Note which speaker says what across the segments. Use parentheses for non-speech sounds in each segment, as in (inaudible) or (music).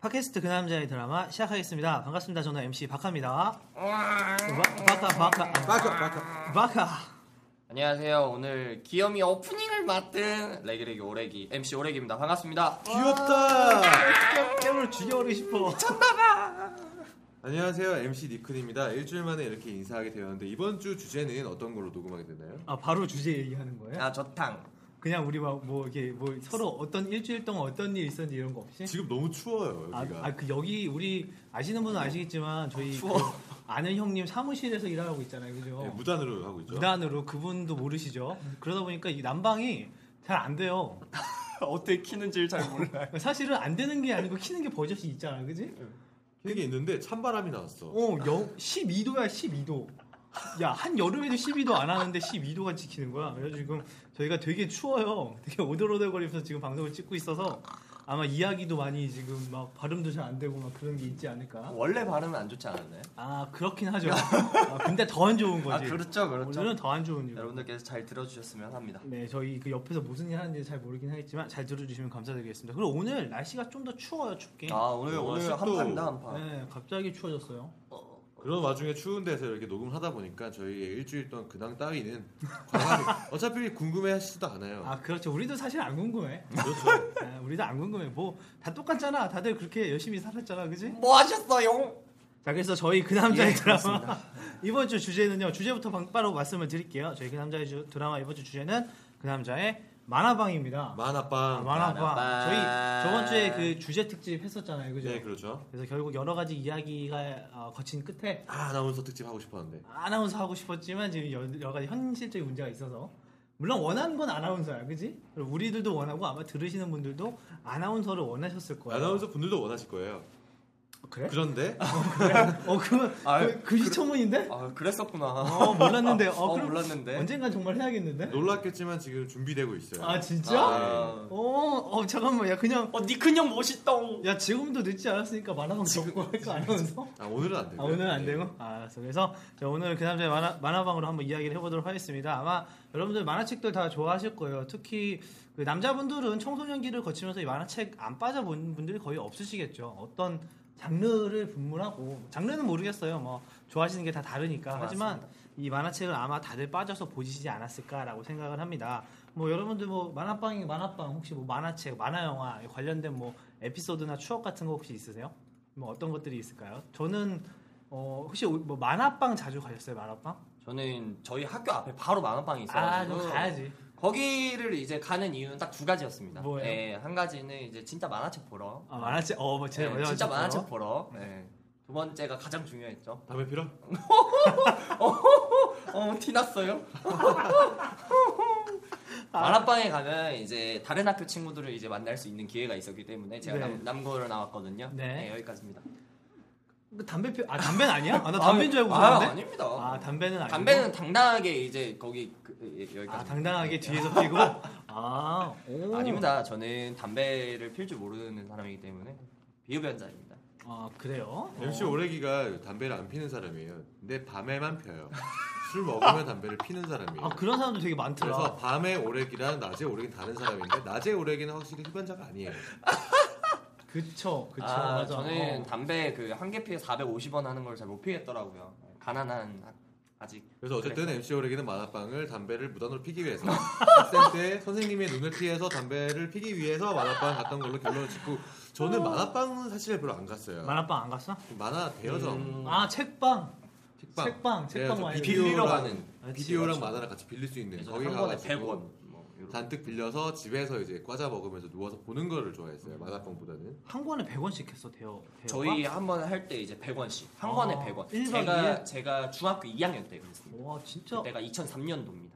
Speaker 1: 팟캐스트 그 남자의 드라마 시작하겠습니다. 반갑습니다. 저는 MC 박하입니다. 바- 바카 바카
Speaker 2: 빠져 빠져
Speaker 1: 바카.
Speaker 3: 안녕하세요 오늘 귀염이 오프닝을 맡은 레기레기 오레기 MC 오레기입니다 반갑습니다
Speaker 2: 귀엽다
Speaker 1: 아. 뺨을 죽여버리고 싶어.
Speaker 2: 안녕하세요 MC 니쿤입니다 일주일 만에 이렇게 인사하게 되었는데 이번 주 주제는 어떤 걸로 녹음하게 됐나요?
Speaker 1: 아 바로 주제 얘기하는 거예요?
Speaker 3: 아 저탕
Speaker 1: 그냥 우리 막 뭐 이게 뭐 서로 어떤 일주일 동안 어떤 일 있었는지 이런 거 없이?
Speaker 2: 지금 너무 추워요 여기가 예,
Speaker 1: 아그 여기 우리 아시는 분은 아시겠지만 저희 그 아는 형님 사무실에서 일하고 있잖아요, 그죠?
Speaker 2: 네, 무단으로 하고 있죠
Speaker 1: 어. 무단으로 그분도 모르시죠. 그러다 보니까 이 난방이 잘 안 돼요.
Speaker 3: (laughs) 어떻게 키는지를 잘 몰라요
Speaker 1: (laughs)
Speaker 3: 네.
Speaker 1: 사실은 안 되는 게 아니고 키는 게 버젓이 있잖아, 그지?
Speaker 2: 이게 있는데 찬바람이 나왔어
Speaker 1: 어, 영 12도야 12도. 야, 한 여름에도 12도 안 하는데 12도가 찍히는 거야. 그래서 지금 저희가 되게 추워요. 되게 오돌오돌거리면서 지금 방송을 찍고 있어서 아마 이야기도 많이 지금 막 발음도 잘 안 되고 막 그런 게 있지 않을까.
Speaker 3: 원래 발음은 안 좋지 않았나요?
Speaker 1: 아, 그렇긴 하죠.
Speaker 3: (laughs)
Speaker 1: 아, 근데 더 안 좋은
Speaker 3: 아
Speaker 1: 거지.
Speaker 3: 그렇죠 그렇죠
Speaker 1: 오늘은 더 안 좋은 이유.
Speaker 3: 여러분들께서 잘 들어주셨으면 합니다
Speaker 1: 네, 저희 그 옆에서 무슨 일 하는지 잘 모르긴 하겠지만 잘 들어주시면 감사드리겠습니다. 그리고 오늘 날씨가 좀 더 추워요, 춥게.
Speaker 3: 아 오늘
Speaker 2: 어,
Speaker 3: 오늘
Speaker 2: 습도.
Speaker 3: 한판이다 한판
Speaker 1: 뭐 네, 갑자기 추워졌어요.
Speaker 2: 그런 와중에 추운 데서 이렇게 녹음을 하다 보니까 저희의 일주일 동안 근황 따위는 과감히
Speaker 1: (laughs)
Speaker 2: 어차피 궁금해 하시지도 않아요
Speaker 1: 아, 그렇죠. 우리도 사실 안 궁금해.
Speaker 2: 그렇죠
Speaker 1: 아, 우리도 안 궁금해. 뭐 다 똑같잖아. 다들 그렇게 열심히 살았잖아, 그지?
Speaker 3: 뭐 하셨어요?
Speaker 1: 자, 그래서 저희 그 남자의
Speaker 3: 예,
Speaker 1: 드라마 (laughs) 이번 주 주제는요. 주제부터 방- 바로 말씀을 드릴게요. 저희 그 남자의 주- 드라마 이번 주 주제는 그 남자의 만화방입니다. 아,
Speaker 2: 만화빵
Speaker 1: 만화방.
Speaker 3: 만화방.
Speaker 1: 저희 저번 주에 그 주제 특집 했었잖아요, 그죠?
Speaker 2: 네 그렇죠
Speaker 1: 그래서 결국 여러 가지 이야기가 어, 거친 끝에
Speaker 2: 아 아나운서 특집 하고 싶었는데
Speaker 1: 아나운서 하고 싶었지만 지금 여- 여러 가지 현실적인 문제가 있어서 물론 원하는 건 아나운서야, 그지? 그리고 우리들도 원하고 아마 들으시는 분들도 아나운서를 원하셨을 거예요. 아,
Speaker 2: 아나운서 분들도 원하실 거예요
Speaker 1: 그래?
Speaker 2: 그런데
Speaker 1: 어, 그건
Speaker 3: (laughs) 아,
Speaker 1: 그, 그 시청문인데?
Speaker 3: 아 그랬었구나 (laughs)
Speaker 1: 어, 몰랐는데. 어,
Speaker 3: 어,
Speaker 1: 그럼
Speaker 3: 몰랐는데.
Speaker 1: 언젠간 정말 해야겠는데?
Speaker 2: 놀랐겠지만 지금 준비되고 있어요
Speaker 1: 네. 아, 진짜?
Speaker 3: 아.
Speaker 1: 어, 어, 잠깐만. 야, 그냥.
Speaker 3: 어 니큰 형 멋있다
Speaker 1: 야, 지금도 늦지 않았으니까 만화방 접고 할 거 아나운서?
Speaker 2: 아 오늘은 안 되고
Speaker 1: 아, 오늘은 안 되고? 아, 알았어. 그래서 자, 오늘 그 남자의 만화, 만화방으로 한번 이야기를 해보도록 하겠습니다. 아마 여러분들 만화책들 다 좋아하실 거예요. 특히 그 남자분들은 청소년기를 거치면서 이 만화책 안 빠져본 분들이 거의 없으시겠죠. 어떤 장르를 분물하고 장르는 모르겠어요. 뭐 좋아하시는 게 다 다르니까. 하지만 이 만화책을 아마 다들 빠져서 보시지 않았을까라고 생각을 합니다. 뭐 여러분들 뭐 만화방이 만화방 혹시 뭐 만화책, 만화영화 관련된 뭐 에피소드나 추억 같은 거 혹시 있으세요? 뭐 어떤 것들이 있을까요? 저는 어, 혹시 오- 뭐 만화방 자주 가셨어요? 만화방?
Speaker 3: 저는 저희 학교 앞에 바로 만화방이
Speaker 1: 아,
Speaker 3: 있어가지고
Speaker 1: 그럼 가야지.
Speaker 3: 거기를 이제 가는 이유는 딱 두 가지였습니다.
Speaker 1: 뭐예요?
Speaker 3: 예, 한 가지는 이제 진짜 만화책 보러.
Speaker 1: 아, 만화책. 어, 뭐 제일
Speaker 3: 예,
Speaker 1: 어려운
Speaker 3: 진짜
Speaker 1: 책으로. 네.
Speaker 3: 만화책 보러. 예. 두 번째가 가장 중요했죠.
Speaker 2: 담배 피러?
Speaker 1: (laughs)
Speaker 3: 어, 티났어요. 만화방에 가면 이제 다른 학교 친구들을 이제 만날 수 있는 기회가 있었기 때문에 제가
Speaker 1: 네.
Speaker 3: 남, 남고를 나왔거든요.
Speaker 1: 네.
Speaker 3: 예, 여기까지입니다.
Speaker 1: 그 담배 피 아, 담배는 아니야? 아, 나 담배인 줄 알고
Speaker 3: 아,
Speaker 1: 있었는데.
Speaker 3: 아닙니다.
Speaker 1: 아, 담배는 아니고.
Speaker 3: 담배는 당당하게 이제 거기 그, 예, 여기까지.
Speaker 1: 아, 당당하게 뒤에서
Speaker 3: (laughs)
Speaker 1: 피고. 아, 오.
Speaker 3: 아닙니다. 저는 담배를 필 줄 모르는 사람이기 때문에 비흡연자입니다.
Speaker 1: 아, 그래요?
Speaker 2: MC
Speaker 1: 어.
Speaker 2: 오레기가 담배를 안 피는 사람이에요. 근데 밤에만 펴요. 술 먹으면 담배를 피는 사람이에요.
Speaker 1: 아, 그런 사람도 되게 많더라.
Speaker 2: 그래서 밤에 오레기랑 낮에 오레기는 다른 사람인데 낮에 오레기는 확실히 흡연자가 아니에요.
Speaker 1: 그쵸, 그쵸.
Speaker 3: 아,
Speaker 1: 맞아.
Speaker 3: 저는
Speaker 1: 어.
Speaker 3: 담배 그 한 개 피에 450원 하는 걸 잘 못 피겠더라고요. 가난한 학- 아직
Speaker 2: 그래서 어쨌든
Speaker 3: 그래서.
Speaker 2: MC 오레기는 만화방을 담배를 무단으로 피기 위해서 학생 때 선생님의 눈을 피해서 담배를 피기 위해서 만화방 갔던 걸로 결론을 짓고 저는 만화방은 사실 별로 안 갔어요.
Speaker 1: 만화방 안 갔어?
Speaker 2: 만화 대여점
Speaker 3: 음, 네,
Speaker 1: 아, 책방.
Speaker 2: 책방.
Speaker 1: 책방, 책방
Speaker 2: 그래서
Speaker 1: 많이
Speaker 3: 빌리러
Speaker 2: 비디오랑
Speaker 3: 가는.
Speaker 1: 그렇지,
Speaker 2: 비디오랑
Speaker 1: 그렇지.
Speaker 2: 만화를 같이 빌릴 수 있는
Speaker 3: 그래서
Speaker 2: 네, 거기
Speaker 3: 한 번에
Speaker 2: 가가지고
Speaker 3: 100원. 뭐 이런.
Speaker 2: 잔뜩 빌려서 집에서 이제 과자 먹으면서 누워서 보는 거를 좋아했어요. 만화방보다는.
Speaker 1: 한 권에 100원씩 했어 대여. 대여가?
Speaker 3: 저희 한 번에 할 때 이제 100원씩 한
Speaker 1: 네, 아,
Speaker 3: 번에 100원.
Speaker 1: 일박
Speaker 3: 제가
Speaker 1: 이일?
Speaker 3: 제가 중학교 2학년 때 그랬습니다.
Speaker 1: 와 진짜.
Speaker 3: 그때가 2003년도입니다.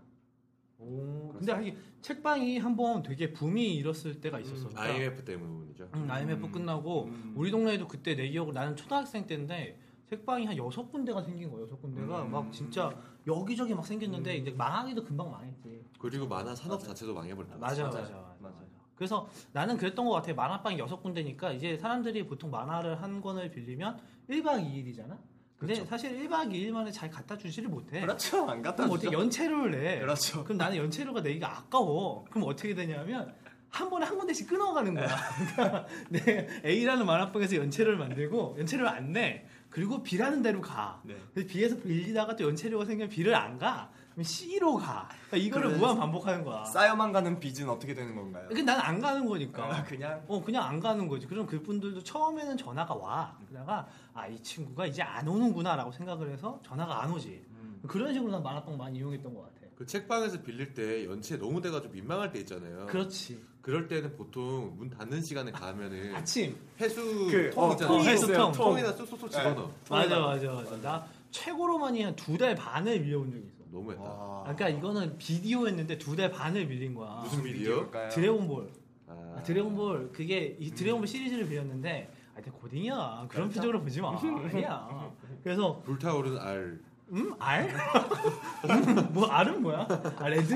Speaker 1: 오. 근데 하긴 책방이 한 번 되게 붐이 일었을 때가 있었어.
Speaker 3: 음,
Speaker 1: 그러니까
Speaker 2: IMF 때문이죠.
Speaker 1: 응, IMF
Speaker 3: 음.
Speaker 1: 끝나고
Speaker 3: 음.
Speaker 1: 우리 동네에도 그때 내 기억으로 나는 초등학생 때인데 책방이 한 여섯 군데가 생긴 거야 여섯 군데가
Speaker 3: 음.
Speaker 1: 막 진짜 여기저기 막 생겼는데 이제 망하기도 금방 망했지
Speaker 2: 그리고 만화 산업 자체도 망해버렸다.
Speaker 1: 맞아 맞아
Speaker 3: 맞아요.
Speaker 1: 맞아,
Speaker 3: 맞아요.
Speaker 1: 그래서 나는 그랬던 것 같아 만화방이 여섯 군데니까 이제 사람들이 보통 만화를 한 권을 빌리면 1박 2일이잖아 근데
Speaker 2: 그렇죠.
Speaker 1: 사실 1박 2일만에 잘 갖다 주지를 못해
Speaker 3: 그렇죠. 안 갖다
Speaker 1: 그럼
Speaker 3: 주죠.
Speaker 1: 어떻게 연체료를 내
Speaker 3: 그렇죠.
Speaker 1: 그럼 나는 연체료가 내기가 아까워. 그럼 어떻게 되냐면 한 번에 한 군데씩 끊어가는 거야. 그러니까
Speaker 3: 네.
Speaker 1: (laughs) 내 A라는 만화방에서 연체료를 만들고 연체료를 안 내. 그리고 B라는 데로 가.
Speaker 3: 네.
Speaker 1: 근데 B에서 빌리다가 또 연체료가 생기면 B를 안 가. 그럼 C로 가. 그러니까 이거를
Speaker 3: 그래서-
Speaker 1: 무한 반복하는 거야.
Speaker 3: 쌓여만 가는 빚은 어떻게 되는 건가요?
Speaker 1: 근데 난 안 가는 거니까.
Speaker 3: 아, 그냥
Speaker 1: 어 그냥 안 가는 거지. 그럼 그분들도 처음에는 전화가 와. 그러다가 아 이 친구가 이제 안 오는구나라고 생각을 해서 전화가 안 오지.
Speaker 3: 음.
Speaker 1: 그런 식으로 난 만화방 많이 이용했던 것 같아.
Speaker 2: 그 책방에서 빌릴 때 연체 너무 돼가지고 민망할 때
Speaker 3: 어.
Speaker 2: 있잖아요.
Speaker 1: 그렇지.
Speaker 2: 그럴 때는 보통 문 닫는 시간에
Speaker 3: 네.
Speaker 2: 가면은
Speaker 1: 아침
Speaker 2: 해수
Speaker 3: 그,
Speaker 2: 통
Speaker 3: 어,
Speaker 2: 있잖아요.
Speaker 1: 통 있어요, 통.
Speaker 2: 이나 쏙쏙쏙 집어넣어.
Speaker 1: 맞아 맞아 맞아 나 최고로 많이 한 두 달 반을 밀려온 적이 있어
Speaker 2: 너무했다.
Speaker 3: 와.
Speaker 1: 그러니까 이거는 비디오였는데 두 달 반을 밀린 거야
Speaker 2: 무슨 비디오?
Speaker 3: 비디오일까요?
Speaker 1: 드래곤볼
Speaker 2: 아,
Speaker 1: 아, 음. 드래곤볼 그게 이 드래곤볼 시리즈를 빌렸는데 아 근데 고딩이야 그런 표정으로 보지 마 아니야 그래서
Speaker 2: 불타오르는 알.
Speaker 1: 음? 알? (laughs) 음, 뭐 알은 뭐야? 아 레드?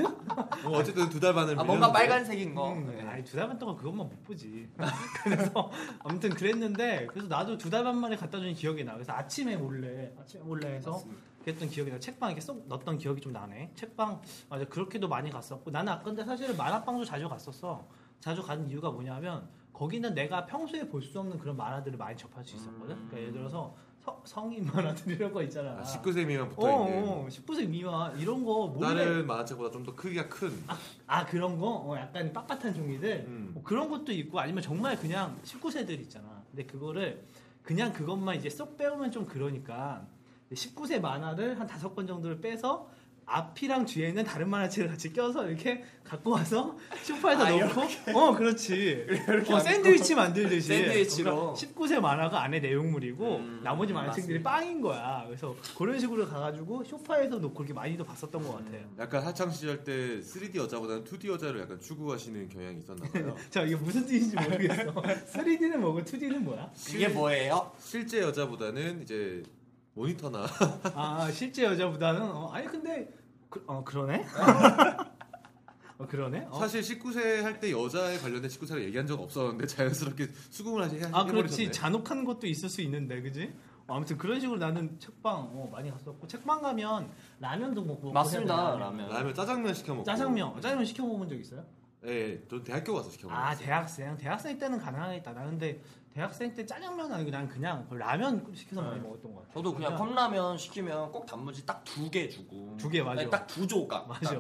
Speaker 2: 뭐 어쨌든 두 달 반을
Speaker 3: 아, 뭔가
Speaker 2: 밀렸는데.
Speaker 3: 빨간색인 거.
Speaker 1: 음,
Speaker 3: 네.
Speaker 1: 아니 두 달 반 동안 그것만 못 보지 (laughs) 그래서 아무튼 그랬는데 그래서 나도 두 달 반 만에 갖다 준 기억이 나 그래서 아침에 몰래 아침에 몰래 해서
Speaker 3: 맞습니다.
Speaker 1: 그랬던 기억이 나. 책방 이렇게 쏙 넣었던 기억이 좀 나네. 책방 맞아 그렇게도 많이 갔었고 나는 아까 근데 사실은 만화방도 자주 갔었어. 자주 가는 이유가 뭐냐면 거기는 내가 평소에 볼 수 없는 그런 만화들을 많이 접할 수 있었거든. 그러니까 예를 들어서 서- 성인 만화들 이런 거 있잖아.
Speaker 2: 아, 19세 미만
Speaker 1: 어,
Speaker 2: 붙어 있는.
Speaker 1: 어, 19세 미만 이런 거 몰래
Speaker 2: 다른 만화책보다 좀 더 크기가 큰.
Speaker 1: 아 그런 거 어, 약간 빳빳한 종이들
Speaker 2: 음.
Speaker 1: 뭐 그런 것도 있고 아니면 정말 그냥 19세들 있잖아 근데 그거를 그냥 그것만 이제 쏙 빼오면 좀 그러니까 19세 만화를 한 다섯 권 정도를 빼서 앞이랑 뒤에 있는 다른 만화책을 같이 껴서 이렇게 갖고 와서 (laughs) 소파에다
Speaker 3: 아,
Speaker 1: 넣고 어 그렇지
Speaker 3: (laughs) 이렇게
Speaker 1: 어,
Speaker 3: 안
Speaker 1: 샌드위치 만들듯이
Speaker 3: 샌드위치로.
Speaker 1: 19세 만화가 안에 내용물이고
Speaker 3: 음,
Speaker 1: 나머지 만화책들이
Speaker 3: 맞습니다.
Speaker 1: 빵인 거야 그래서 그런 식으로 가가지고 소파에서 놓고 이렇게 많이도 봤었던 것 같아
Speaker 2: 약간 학창 시절 때 3D 여자보다는 2D 여자를 약간 추구하시는 경향이 있었나 봐요.
Speaker 1: (laughs) 자 이게 무슨 뜻인지 모르겠어. (laughs) 3D는 뭐고 2D는 뭐야?
Speaker 3: 이게 뭐예요?
Speaker 2: 실제 여자보다는 이제 모니터나
Speaker 1: 아 실제 여자보다는 어, 아니 근데 그, 어 그러네. (laughs) 어 그러네. 어.
Speaker 2: (laughs) 사실 19세 할 때 여자에 관련된 19세를 얘기한 적 없었는데 자연스럽게 수긍을 하시
Speaker 1: 아
Speaker 2: 해버리셨네.
Speaker 1: 그렇지 잔혹한 것도 있을 수 있는데 그지? 어, 아무튼 그런 식으로 나는 책방 어, 많이 갔었고 책방 가면 라면도 먹고
Speaker 3: 맞습니다.
Speaker 1: 해야
Speaker 3: 라면.
Speaker 2: 라면 짜장면 시켜 먹고.
Speaker 1: 짜장면 어, 짜장면 시켜 먹어본 적 있어요?
Speaker 2: 네, 전 대학교 가서 시켜 먹었어요.
Speaker 1: 아 대학생 대학생 때는 가능하겠다. 나는데 대학생 때 짜장면 아니고 난 그냥 그 라면 시켜서 많이
Speaker 3: 네.
Speaker 1: 먹었던 것 같아.
Speaker 3: 저도 그냥 컵라면 시키면 꼭 단무지 딱 두 개 주고 네,
Speaker 1: 두개 맞아.
Speaker 3: 딱 두 조각
Speaker 1: 맞아.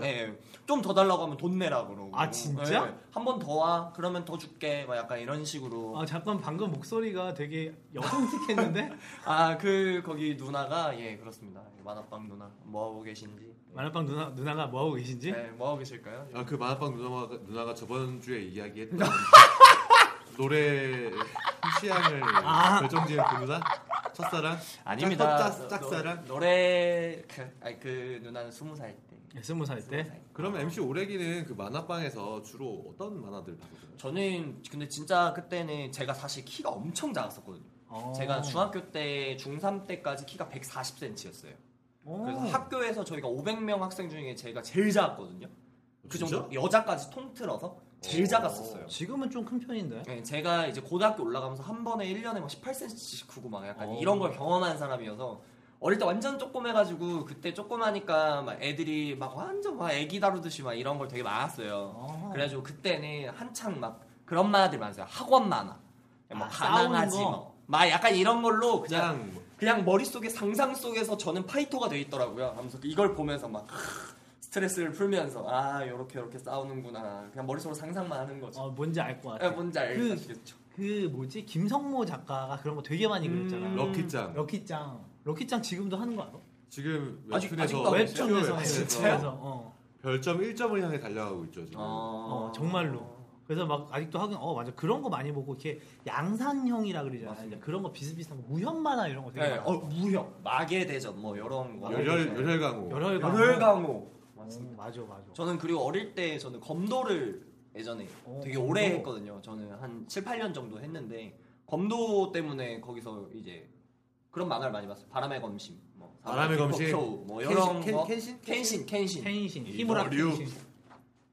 Speaker 3: 좀 더 달라고 하면 돈 내라 그러고 네.
Speaker 1: 아, 진짜?
Speaker 3: 한 번 더 와 그러면 더 줄게 막 약간 이런 식으로
Speaker 1: 아 잠깐 방금 목소리가 되게 여성틱했는데
Speaker 3: 아 그 거기 누나가 예 그렇습니다 예, 만화방 누나 뭐 하고 계신지
Speaker 1: 만화방 누나 누나가 뭐 하고 계신지?
Speaker 3: 예, 뭐 하고 계실까요?
Speaker 2: 아 그 만화방 누나가, 누나가 저번 주에
Speaker 1: (laughs)
Speaker 2: 이야기했던 노래 취향을
Speaker 1: 아.
Speaker 2: 결정지은 그 누나 첫사랑
Speaker 3: 아닙니다
Speaker 2: 짝, 짝, 짝사랑
Speaker 3: 노, 래 그, 아니, 그 누나는 스무 살때
Speaker 1: 네, 스무 살
Speaker 3: 네?
Speaker 1: 때?
Speaker 2: 그러면 MC 오래기는 그 만화방에서 주로 어떤 만화들 다루세요?
Speaker 3: 저는 근데 진짜 그때는 제가 사실 키가 엄청 작았었거든요
Speaker 1: 어.
Speaker 3: 제가 중학교 때 중3 때까지 키가 140cm였어요
Speaker 1: 어.
Speaker 3: 그래서 학교에서 저희가 500명 학생 중에 제가 제일 작았거든요. 그
Speaker 2: 진짜?
Speaker 3: 정도 여자까지 통틀어서 제일
Speaker 2: 오.
Speaker 3: 작았었어요.
Speaker 1: 지금은 좀 큰 편인데.
Speaker 3: 네, 제가 이제 고등학교 올라가면서 한 번에 1년에 막 18cm씩 크고 막 약간
Speaker 1: 오.
Speaker 3: 이런 걸 경험한 사람이어서 어릴 때 완전 조그매가지고 그때 조그마니까 막 애들이 막 완전 막 애기 다루듯이 막 이런 걸 되게 많았어요.
Speaker 1: 어.
Speaker 3: 그래가지고 그때는 한창 막 그런 만화들 많았어요. 학원 만화, 막
Speaker 1: 아,
Speaker 3: 가난하지
Speaker 1: 싸우는 거? 네.
Speaker 3: 뭐, 막 약간 이런 걸로 그냥
Speaker 2: 그냥 뭐,
Speaker 3: 그냥 머릿속에 상상 속에서 저는 파이터가 돼 있더라고요. 하면서 이걸 보면서 막 스트레스를 풀면서 아 요렇게 요렇게 싸우는구나. 그냥 머릿속으로 상상만 하는 거죠.
Speaker 1: 어, 뭔지 알 것
Speaker 3: 예,
Speaker 1: 같아.
Speaker 3: 뭔지
Speaker 1: 그-
Speaker 3: 알겠죠.
Speaker 1: 그 뭐지 김성모 작가가 그런 거 되게 많이 그렸잖아.
Speaker 3: 음.
Speaker 2: 럭키짱
Speaker 1: 럭키짱. 럭키짱 지금도 하는 거 알아?
Speaker 2: 지금
Speaker 3: 아직-
Speaker 2: 웹툰에서
Speaker 3: 아직도 안 했어요?
Speaker 1: 웹툰에서
Speaker 2: 웹툰에서
Speaker 3: 아,
Speaker 1: 웹툰에서 어.
Speaker 2: 별점 1점을 향해 달려가고 있죠
Speaker 3: 아.
Speaker 2: 지금.
Speaker 1: 어, 정말로. 그래서 막 아직도 하긴 어 맞아 그런 거 많이 보고 이렇게 양산형이라 그러잖아요.
Speaker 3: 맞습니다.
Speaker 1: 이제 그런 거 비슷비슷한 거 무협 만화 이런 거 되게
Speaker 3: 네,
Speaker 1: 많아.
Speaker 3: 어, 무협, 마계 대전 뭐 이런 거. 네.
Speaker 2: 열혈 열혈 강호.
Speaker 1: 열혈 강호.
Speaker 3: 열혈 강호.
Speaker 1: 어, 맞아 맞아.
Speaker 3: 저는 그리고 어릴 때 저는 검도를 예전에
Speaker 1: 어,
Speaker 3: 되게
Speaker 1: 검도.
Speaker 3: 오래 했거든요. 저는 한 7, 8년 정도 했는데 검도 때문에 거기서 이제 그런 만화를 많이 봤어요. 바람의 검심, 뭐
Speaker 2: 바람의
Speaker 3: 사막
Speaker 2: 검심.
Speaker 3: 슈퍼 큐, 뭐 이런
Speaker 2: 켄신,
Speaker 3: 거.
Speaker 2: 켄신?
Speaker 3: 켄신, 켄신.
Speaker 1: 켄신,
Speaker 2: 이
Speaker 1: 히무라
Speaker 2: 머리요.
Speaker 1: 켄신.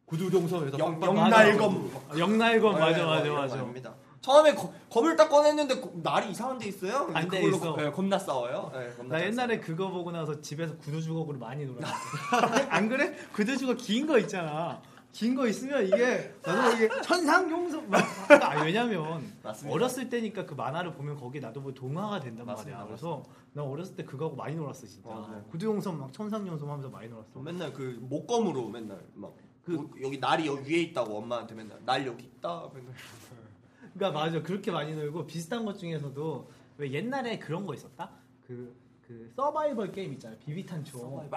Speaker 2: 구두동성에서
Speaker 3: 영-
Speaker 2: 빵빵
Speaker 3: 영날검.
Speaker 2: 맞아.
Speaker 1: 아, 영날검 맞아
Speaker 3: 네,
Speaker 1: 맞아
Speaker 3: 이런
Speaker 1: 맞아.
Speaker 3: 거 아닙니다. 처음에 거- 검을 딱 꺼냈는데 거- 날이 이상한 데 있어요. 근데
Speaker 1: 안돼
Speaker 3: 그걸로
Speaker 1: 있어.
Speaker 3: 거- 네, 겁나 싸워요. 네, 겁나
Speaker 1: 나
Speaker 3: 잘
Speaker 1: 옛날에 그거 보고 나서 집에서 구두 주걱으로 많이
Speaker 3: (laughs)
Speaker 1: 놀았어. 안 그래? 구두 주걱 긴 거 있잖아. 긴 거 있으면 이게 나도 이게 천상용성 막- 아, 왜냐면
Speaker 3: 맞습니다.
Speaker 1: 어렸을 때니까 그 만화를 보면 거기 에 나도 뭐 동화가 된단
Speaker 3: 맞습니다, 네.
Speaker 1: 말이야. 그래서 나 어렸을 때 그거하고 많이 놀았어 진짜.
Speaker 3: 맞아요.
Speaker 1: 구두용성 막 천상용성 하면서 많이 놀았어.
Speaker 3: 싸워요. 맨날 그 목검으로 맨날 막.
Speaker 1: 그-
Speaker 3: 그 여기 날이 여기 위에 있다고 엄마한테 맨날 날 여기 있다 맨날
Speaker 1: 그러니까 맞아 그렇게 많이 놀고 비슷한 것 중에서도 왜 옛날에 그런 거 있었다? 그 그 서바이벌 게임 있잖아 비비탄 총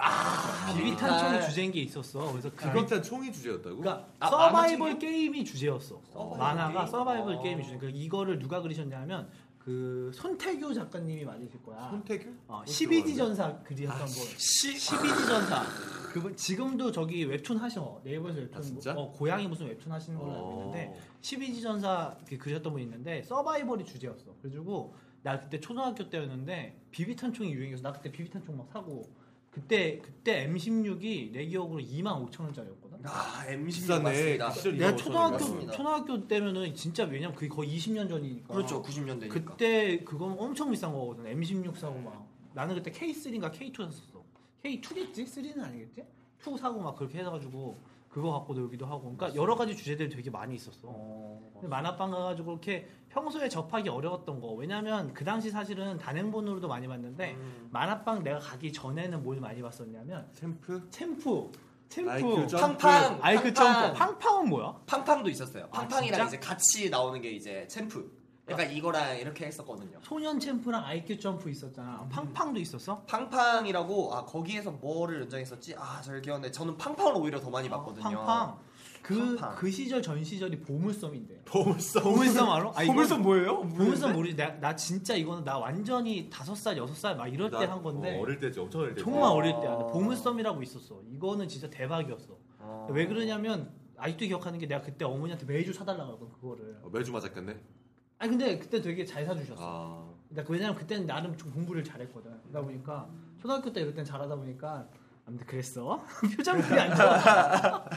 Speaker 1: 비비탄 총이 주제인 게 있었어 그래서 그거
Speaker 2: 그것도 총이 주제였다고?
Speaker 1: 그러니까
Speaker 3: 아,
Speaker 1: 서바이벌
Speaker 3: 만화책이요?
Speaker 1: 게임이 주제였어.
Speaker 3: 서바이벌
Speaker 1: 만화가
Speaker 3: 게임?
Speaker 1: 서바이벌
Speaker 3: 어.
Speaker 1: 게임이 주제니까 이거를 누가 그리셨냐면 그 손태규 작가님이 만드실 거야.
Speaker 2: 손태규?
Speaker 1: 어, 12지 전사 그리셨던 분. 12지 전사. 그분 지금도 저기 웹툰 하셔. 네이버에서 웹툰
Speaker 2: 아, 진짜? 어.
Speaker 1: 어, 고양이 무슨 웹툰 하시는 걸로 알고 있는데 12지 전사 이렇게 그리셨던 분이 있는데 서바이벌이 주제였어. 그래가지고 나 그때 초등학교 때였는데 비비탄 총이 유행해서 나 그때 비비탄 총 막 사고 그때 그때 M16이 내 기억으로 2만 5천 원짜리였거든.
Speaker 3: 아 M16
Speaker 2: 비싸네.
Speaker 3: 맞습니다.
Speaker 2: 그 시절
Speaker 1: 내가
Speaker 2: 이거
Speaker 1: 초등학교
Speaker 2: 저는
Speaker 3: 맞습니다.
Speaker 1: 초등학교 때면은 진짜 왜냐면 그게 거의 20년 전이니까.
Speaker 3: 그렇죠 90년대니까
Speaker 1: 그때 그건 엄청 비싼 거거든. M16 사고 막. 나는 그때 K3인가 K2 샀었어. K2겠지? 3는 아니겠지? 2 사고 막 그렇게 해가지고 그거 갖고 놀기도 하고. 그러니까 여러 가지 주제들이 되게 많이 있었어. 근데 만화방 가가지고 이렇게 평소에 접하기 어려웠던 거. 왜냐면 그 당시 사실은 단행본으로도 많이 봤는데 만화방 내가 가기 전에는 뭘 많이 봤었냐면
Speaker 2: 챔프?
Speaker 1: 챔프, 챔프,
Speaker 2: 아이큐 점프.
Speaker 3: 그 팡팡
Speaker 1: 아이크 점프, 팡팡은 뭐야?
Speaker 3: 팡팡도 있었어요
Speaker 1: 아, 진짜?
Speaker 3: 팡팡이랑 이제 같이 나오는 게 이제 챔프 그러니까 이거랑 이렇게 했었거든요
Speaker 1: 소년 챔프랑 아이큐 점프 있었잖아. 팡팡도 있었어?
Speaker 3: 팡팡이라고 아 거기에서 뭐를 연장했었지 아잘 기억나는데 저는 팡팡을 오히려 더 많이 봤거든요
Speaker 1: 아, 팡팡. 그,
Speaker 3: 팡팡.
Speaker 1: 그 시절 전 시절이 보물섬인데.
Speaker 2: 보물섬.
Speaker 1: 보물섬 알아? 아, 이거-
Speaker 2: 뭐예요?
Speaker 1: 보물섬 모르지. 나, 나 진짜 이거는 나 완전히 다섯 살 여섯 살 막 이럴 때 한 건데.
Speaker 2: 어, 릴 때지 엄청 어릴 때. 아.
Speaker 1: 정말
Speaker 3: 어.
Speaker 1: 어릴 때야. 아, 보물섬이라고 있었어. 이거는 진짜 대박이었어.
Speaker 3: 어.
Speaker 1: 왜 그러냐면 아직도 기억하는 게 내가 그때 어머니한테 매주 사달라 그러고 그거를.
Speaker 2: 어, 매주 맞았겠네.
Speaker 1: 아니 근데 그때 되게 잘 사주셨어.
Speaker 2: 아.
Speaker 1: 나 왜냐면 그때는 나름 좀 공부를 잘했거든. 그러다 보니까 초등학교 때 이럴 땐 잘하다 보니까 아무튼 그랬어. (laughs) 표정들이 안 좋아.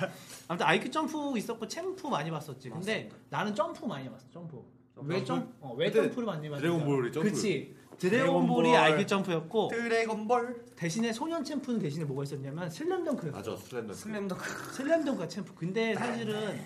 Speaker 1: 아무튼 아이큐 점프 있었고 챔프 많이 봤었지. 근데 나는 점프 많이 봤어. 점프. 왜 점프? 어, 왜
Speaker 2: 그때
Speaker 1: 점프를 많이 봤어?
Speaker 2: 드래곤볼이 점프.
Speaker 1: 그치. 드래곤볼이
Speaker 3: 드래곤볼.
Speaker 1: 아이큐 점프였고
Speaker 3: 드래곤볼
Speaker 1: 대신에 소년 챔프는 대신에 뭐가 있었냐면 슬램덩크였어.
Speaker 2: 맞아. 슬램덩크.
Speaker 3: 슬램덩크
Speaker 1: 슬램덩크가 챔프. 근데 사실은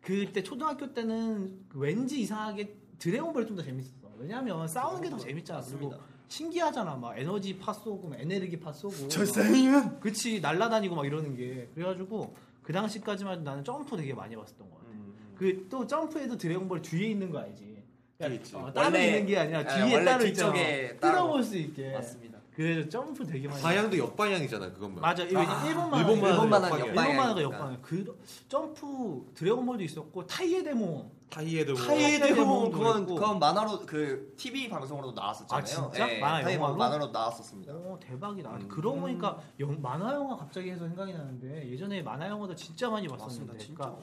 Speaker 1: 그때 초등학교 때는 왠지 이상하게 드래곤볼이 좀 더 재밌었어. 왜냐면 싸우는 게 더 재밌잖아. 그리고
Speaker 3: 맞습니다.
Speaker 1: 신기하잖아. 막 에너지 파 쏘고, 막 에너지 파 쏘고.
Speaker 3: 쌤이면
Speaker 1: 그치, 날라다니고 막 이러는 게. 그래가지고 그 당시까지만 해도 나는 점프 되게 많이 봤었던 것 같아.
Speaker 3: 음,
Speaker 1: 그 또 점프에도 드래곤볼 뒤에 있는 거 알지?
Speaker 2: 뒤에 있지.
Speaker 1: 어, 따로
Speaker 3: 원래-
Speaker 1: 있는 게 아니라
Speaker 3: 예,
Speaker 1: 뒤에
Speaker 3: 원래
Speaker 1: 따로
Speaker 3: 뒤쪽에
Speaker 1: 있잖아.
Speaker 3: 따로.
Speaker 1: 끌어볼 수 있게.
Speaker 3: 맞습니다
Speaker 1: 그래서 점프 되게 많이.
Speaker 2: 방향도 옆방향이잖아 그것만.
Speaker 1: 맞아. 이거 왜냐면 일본만
Speaker 2: 일본만
Speaker 3: 일본 만화는
Speaker 2: 역방향.
Speaker 1: 일본 만화가
Speaker 3: 역방향이니까.
Speaker 1: 역방향. 그 점프 드래곤볼도 있었고 타이의 데모.
Speaker 2: 타이에도
Speaker 1: 타이에
Speaker 3: 타이의
Speaker 1: 대모
Speaker 3: 대모
Speaker 1: 그건-
Speaker 3: 그건 그건 만화로 그 TV 방송으로 나왔었잖아요.
Speaker 1: 아, 진짜?
Speaker 3: 예,
Speaker 1: 만화
Speaker 3: 타이의
Speaker 1: 영화로?
Speaker 3: 만화로 나왔었습니다.
Speaker 1: 오 대박이다.
Speaker 3: 음.
Speaker 1: 그러고 보니까 영- 만화 영화 갑자기 해서 생각이 나는데 예전에 만화 영화도 진짜 많이 봤었는데.
Speaker 3: 맞습니다. 진짜
Speaker 1: 그러니까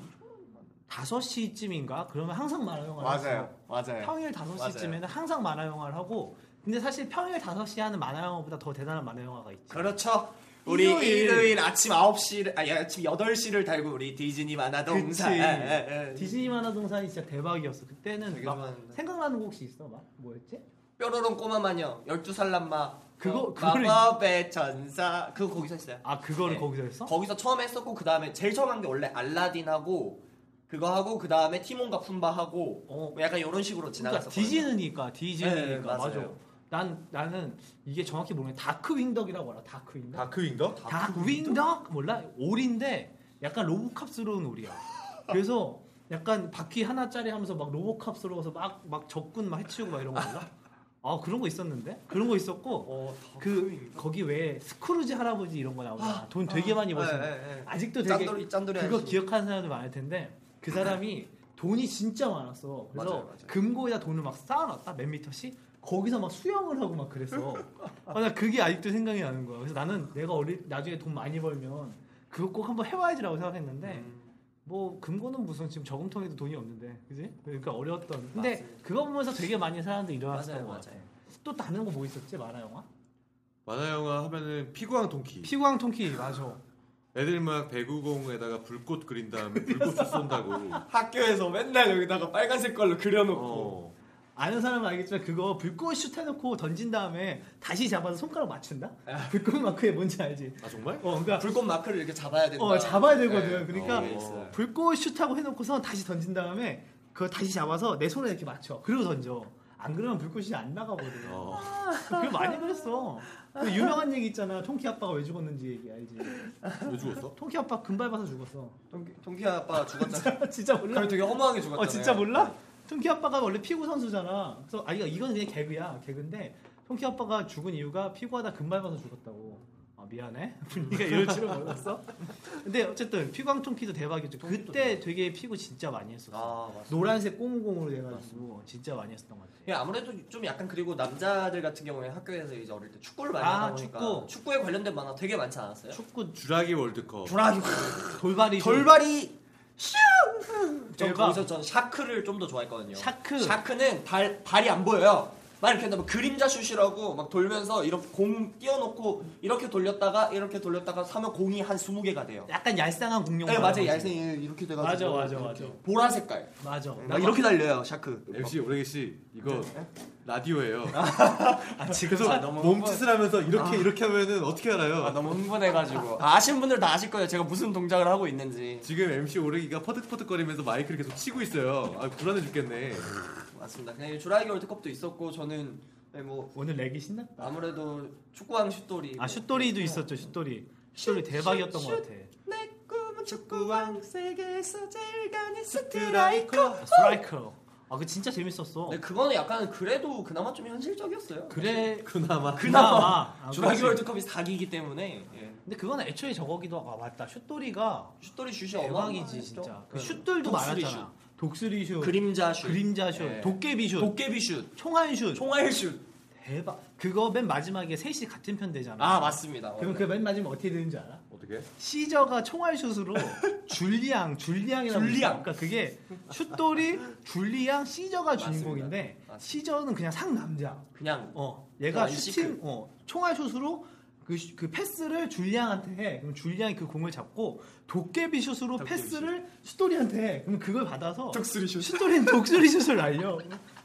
Speaker 1: 5시쯤인가? 그러면 항상 만화 영화를 했어.
Speaker 3: 네. 맞아요.
Speaker 1: 평일 5시쯤에는 항상 만화 영화를 하고 근데 사실 평일 5시 하는 만화 영화보다 더 대단한 만화 영화가 있지.
Speaker 3: 그렇죠. 우리
Speaker 1: 일요일.
Speaker 3: 일요일, 아침 9시 아니 아침 8시를 달고 우리 디즈니 만화 동산.
Speaker 1: 그치.
Speaker 3: 예, 예, 예.
Speaker 1: 디즈니 만화 동산이 진짜 대박이었어. 그때는
Speaker 3: 되게
Speaker 1: 막
Speaker 3: 좋아하는데.
Speaker 1: 생각나는 거 혹시 있어? 막 뭐였지?
Speaker 3: 뾰로롱 꼬마 마녀 12살 남마.
Speaker 1: 그거-
Speaker 3: 어,
Speaker 1: 그거를-
Speaker 3: 마법의 전사. 그거 거기서 했어요.
Speaker 1: 아 그거를
Speaker 3: 네.
Speaker 1: 거기서 했어?
Speaker 3: 거기서 처음 했었고 그다음에 제일 처음 한 게 원래 알라딘하고 그거 하고 그다음에 티몬과 푼바하고
Speaker 1: 어.
Speaker 3: 약간 이런 식으로
Speaker 1: 그러니까
Speaker 3: 지나갔었거든요.
Speaker 1: 디즈니니까 디즈니니까
Speaker 3: 네,
Speaker 1: 맞아.
Speaker 3: 맞아요.
Speaker 1: 난 나는 이게 정확히 모르는 다크 윙덕이라고 알아. 다크 윙덕.
Speaker 2: 다크윙더?
Speaker 1: 다크 윙덕 몰라? 올인데 약간 로보캅스러운 올이야. 그래서 약간 바퀴 하나짜리 하면서 막 로보캅스러워서 막 막 적군 막 해치우고 막 이런 거 몰라? 아 그런 거 있었는데 그런 거 있었고
Speaker 3: 어,
Speaker 1: 그 거기 왜 스크루지 할아버지 이런 거 나오잖아 돈 되게 많이 버시는 아직도 되게
Speaker 3: 예, 짠돌이 짠돌이
Speaker 1: 그거
Speaker 3: 아저씨.
Speaker 1: 기억하는 사람들 많을 텐데 그 사람이 돈이 진짜 많았어. 그래서
Speaker 3: 맞아요, 맞아요.
Speaker 1: 금고에다 돈을 막 쌓아놨다 몇 미터씩 거기서 막 수영을 하고 막
Speaker 3: (laughs)
Speaker 1: 그랬어. 아, 나 그게 아직도 생각이 나는 거야. 그래서 나는 내가 어릴 나중에 돈 많이 벌면 그거 꼭 한번 해봐야지라고 생각했는데
Speaker 3: 음.
Speaker 1: 뭐 금고는 무슨 지금 저금통에도 돈이 없는데 그지? 그러니까 어려웠던. 근데
Speaker 3: 맞습니다.
Speaker 1: 그거 보면서 되게 많이 사람들이 일어났던
Speaker 3: 맞아요,
Speaker 1: 거 같아.
Speaker 3: 맞아요.
Speaker 1: 또 다른 거 뭐 있었지 만화 영화?
Speaker 2: 만화 영화 하면은 피구왕 동키.
Speaker 1: 피구왕 통키 맞아.
Speaker 2: 애들 막 배구공에다가 불꽃 그린 다음에 불꽃을 (laughs) 쏜다고.
Speaker 3: 학교에서 맨날 여기다가 빨간색 걸로 그려놓고
Speaker 2: 어.
Speaker 1: 아는 사람은 알겠지만 그거 불꽃 슛 해놓고 던진 다음에 다시 잡아서 손가락 맞춘다? 불꽃 마크에 뭔지 알지?
Speaker 2: 아 정말?
Speaker 1: 어, 그러니까
Speaker 3: 불꽃 마크를 이렇게 잡아야 된다.
Speaker 1: 어, 잡아야 되거든.
Speaker 3: 네.
Speaker 1: 그러니까
Speaker 3: 어, 있어요.
Speaker 1: 불꽃 슛하고 해놓고서 다시 던진 다음에 그거 다시 잡아서 내 손에 이렇게 맞춰. 그리고 던져. 안 그러면 불꽃이 안 나가거든.
Speaker 2: 어.
Speaker 1: 그걸 많이 그랬어. 그 유명한 얘기 있잖아. 통키 아빠가 왜 죽었는지 얘기 알지?
Speaker 2: 왜 죽었어?
Speaker 1: 통키 아빠 금 밟아서 죽었어. (laughs)
Speaker 3: 동키, 동키 아빠 죽었잖아.
Speaker 1: 진짜 (laughs) 몰라?
Speaker 3: 그걸 되게 허무하게 죽었잖아요.
Speaker 1: 어 진짜 몰라? 통키 아빠가 원래 피구 선수잖아. 그래서 아 이거 이건 그냥 개그야 개그인데 통키 아빠가 죽은 이유가 피구하다 금발아서 죽었다고. 아 미안해. (laughs) 분위기가 이럴 줄은 몰랐어. 근데 어쨌든 피광 통키도 대박이었죠. 그때 되게 피구 진짜 많이 했었어.
Speaker 3: 아 맞아.
Speaker 1: 노란색 꼬무공으로 돼가지고 진짜 많이 했었던 것 같아.
Speaker 3: 예, 아무래도 좀 약간 그리고 남자들 같은 경우에 학교에서 이제 어릴 때 축구를 많이
Speaker 1: 아,
Speaker 3: 하다 보니까
Speaker 1: 축구.
Speaker 3: 축구에 관련된 만화 되게 많지 않았어요?
Speaker 1: 축구
Speaker 2: 주라기 월드컵.
Speaker 3: 돌아기
Speaker 1: 돌발이
Speaker 3: 돌발이 저
Speaker 1: 대박.
Speaker 3: 거기서 저는 샤크를 좀 더 좋아했거든요.
Speaker 1: 샤크.
Speaker 3: 샤크는 발 발이 안 보여요. 막 이렇게 뭐 그림자 슛이라고 막 돌면서 이렇게 공 띄워놓고 이렇게 돌렸다가 이렇게 돌렸다가 하면 공이 한 20개가 돼요.
Speaker 1: 약간 얄쌍한 공룡.
Speaker 3: 네 맞아요.
Speaker 1: 말하는 거지.
Speaker 3: 얄생이 이렇게 돼가지고
Speaker 1: 맞아, 맞아,
Speaker 3: 이렇게
Speaker 1: 맞아. 음,
Speaker 3: 보라 색깔.
Speaker 1: 맞아.
Speaker 3: 막 이렇게 달려요 샤크.
Speaker 2: MC 오레기 씨 이거 라디오예요.
Speaker 1: 아, 지금
Speaker 2: 그래서
Speaker 3: 아, 너무
Speaker 2: 몸짓을 하면서 이렇게 이렇게 하면은 어떻게 알아요?
Speaker 3: 아, 너무 흥분해가지고 아, 아신 분들 다 아실 거예요. 제가 무슨 동작을 하고 있는지
Speaker 2: 지금 MC 오레기가 퍼득퍼득거리면서 마이크를 계속 치고 있어요. 아 불안해 죽겠네.
Speaker 3: 맞습니다. 그냥 주라이기 월드컵도 있었고 저는 네, 뭐
Speaker 1: 오늘 렉이 신났다.
Speaker 3: 아무래도 축구왕 슛돌이
Speaker 1: 아 슛돌이도 있었죠. 슛돌이. 슛돌이 대박이었던 것 같아.
Speaker 3: 내 네, 꿈은 축구왕 세계에서 제일 강한
Speaker 1: 스트라이커. 스트라이커. 아, 그 진짜 재밌었어.
Speaker 3: 근데 네, 그거는 약간 그래도 그나마 좀 현실적이었어요.
Speaker 1: 그래.
Speaker 2: 그나마.
Speaker 1: 그나마. 아,
Speaker 3: (laughs) 주라기
Speaker 1: 그렇지.
Speaker 3: 월드컵이 4기이기 때문에 예.
Speaker 1: 근데 그건 애초에 저거기도 하고, 아, 맞다. 슛돌이가
Speaker 3: 슛돌이 슛이
Speaker 1: 대박이지,
Speaker 3: 어마어마했죠.
Speaker 1: 진짜. 그
Speaker 3: 네.
Speaker 1: 슛돌도
Speaker 3: 독수리
Speaker 1: 많았잖아. 독수리 슛. 네.
Speaker 3: 슛, 그림자 슛,
Speaker 1: 그림자 슛.
Speaker 3: 예.
Speaker 1: 도깨비 슛.
Speaker 3: 도깨비 슛,
Speaker 1: 총알 슛.
Speaker 3: 총알 슛.
Speaker 1: 대박. 그거 맨 마지막에 셋이 같은 편 되잖아.
Speaker 3: 아 맞습니다.
Speaker 1: 그럼 그 맨 마지막 어떻게 되는지 알아?
Speaker 2: 어떻게?
Speaker 1: 시저가 총알 (laughs) 슛으로 줄리앙, 줄리앙이라고
Speaker 3: 줄리앙.
Speaker 1: 그러니까 그게 슛돌이 줄리앙, 시저가 주인공인데
Speaker 3: 맞습니다.
Speaker 1: 시저는 그냥 상남자.
Speaker 3: 그냥
Speaker 1: 어, 얘가
Speaker 3: 아, 이
Speaker 1: 슈팅,
Speaker 3: 시크.
Speaker 1: 어, 총알 슛으로 그, 슈- 그 패스를 줄리앙한테 해. 그럼 줄리앙이 그 공을 잡고 도깨비 슛으로 패스를 슛돌이한테 해. 그럼 그걸 받아서
Speaker 3: 독수리 슛.
Speaker 1: 슛돌이는 독수리 슛을 날려.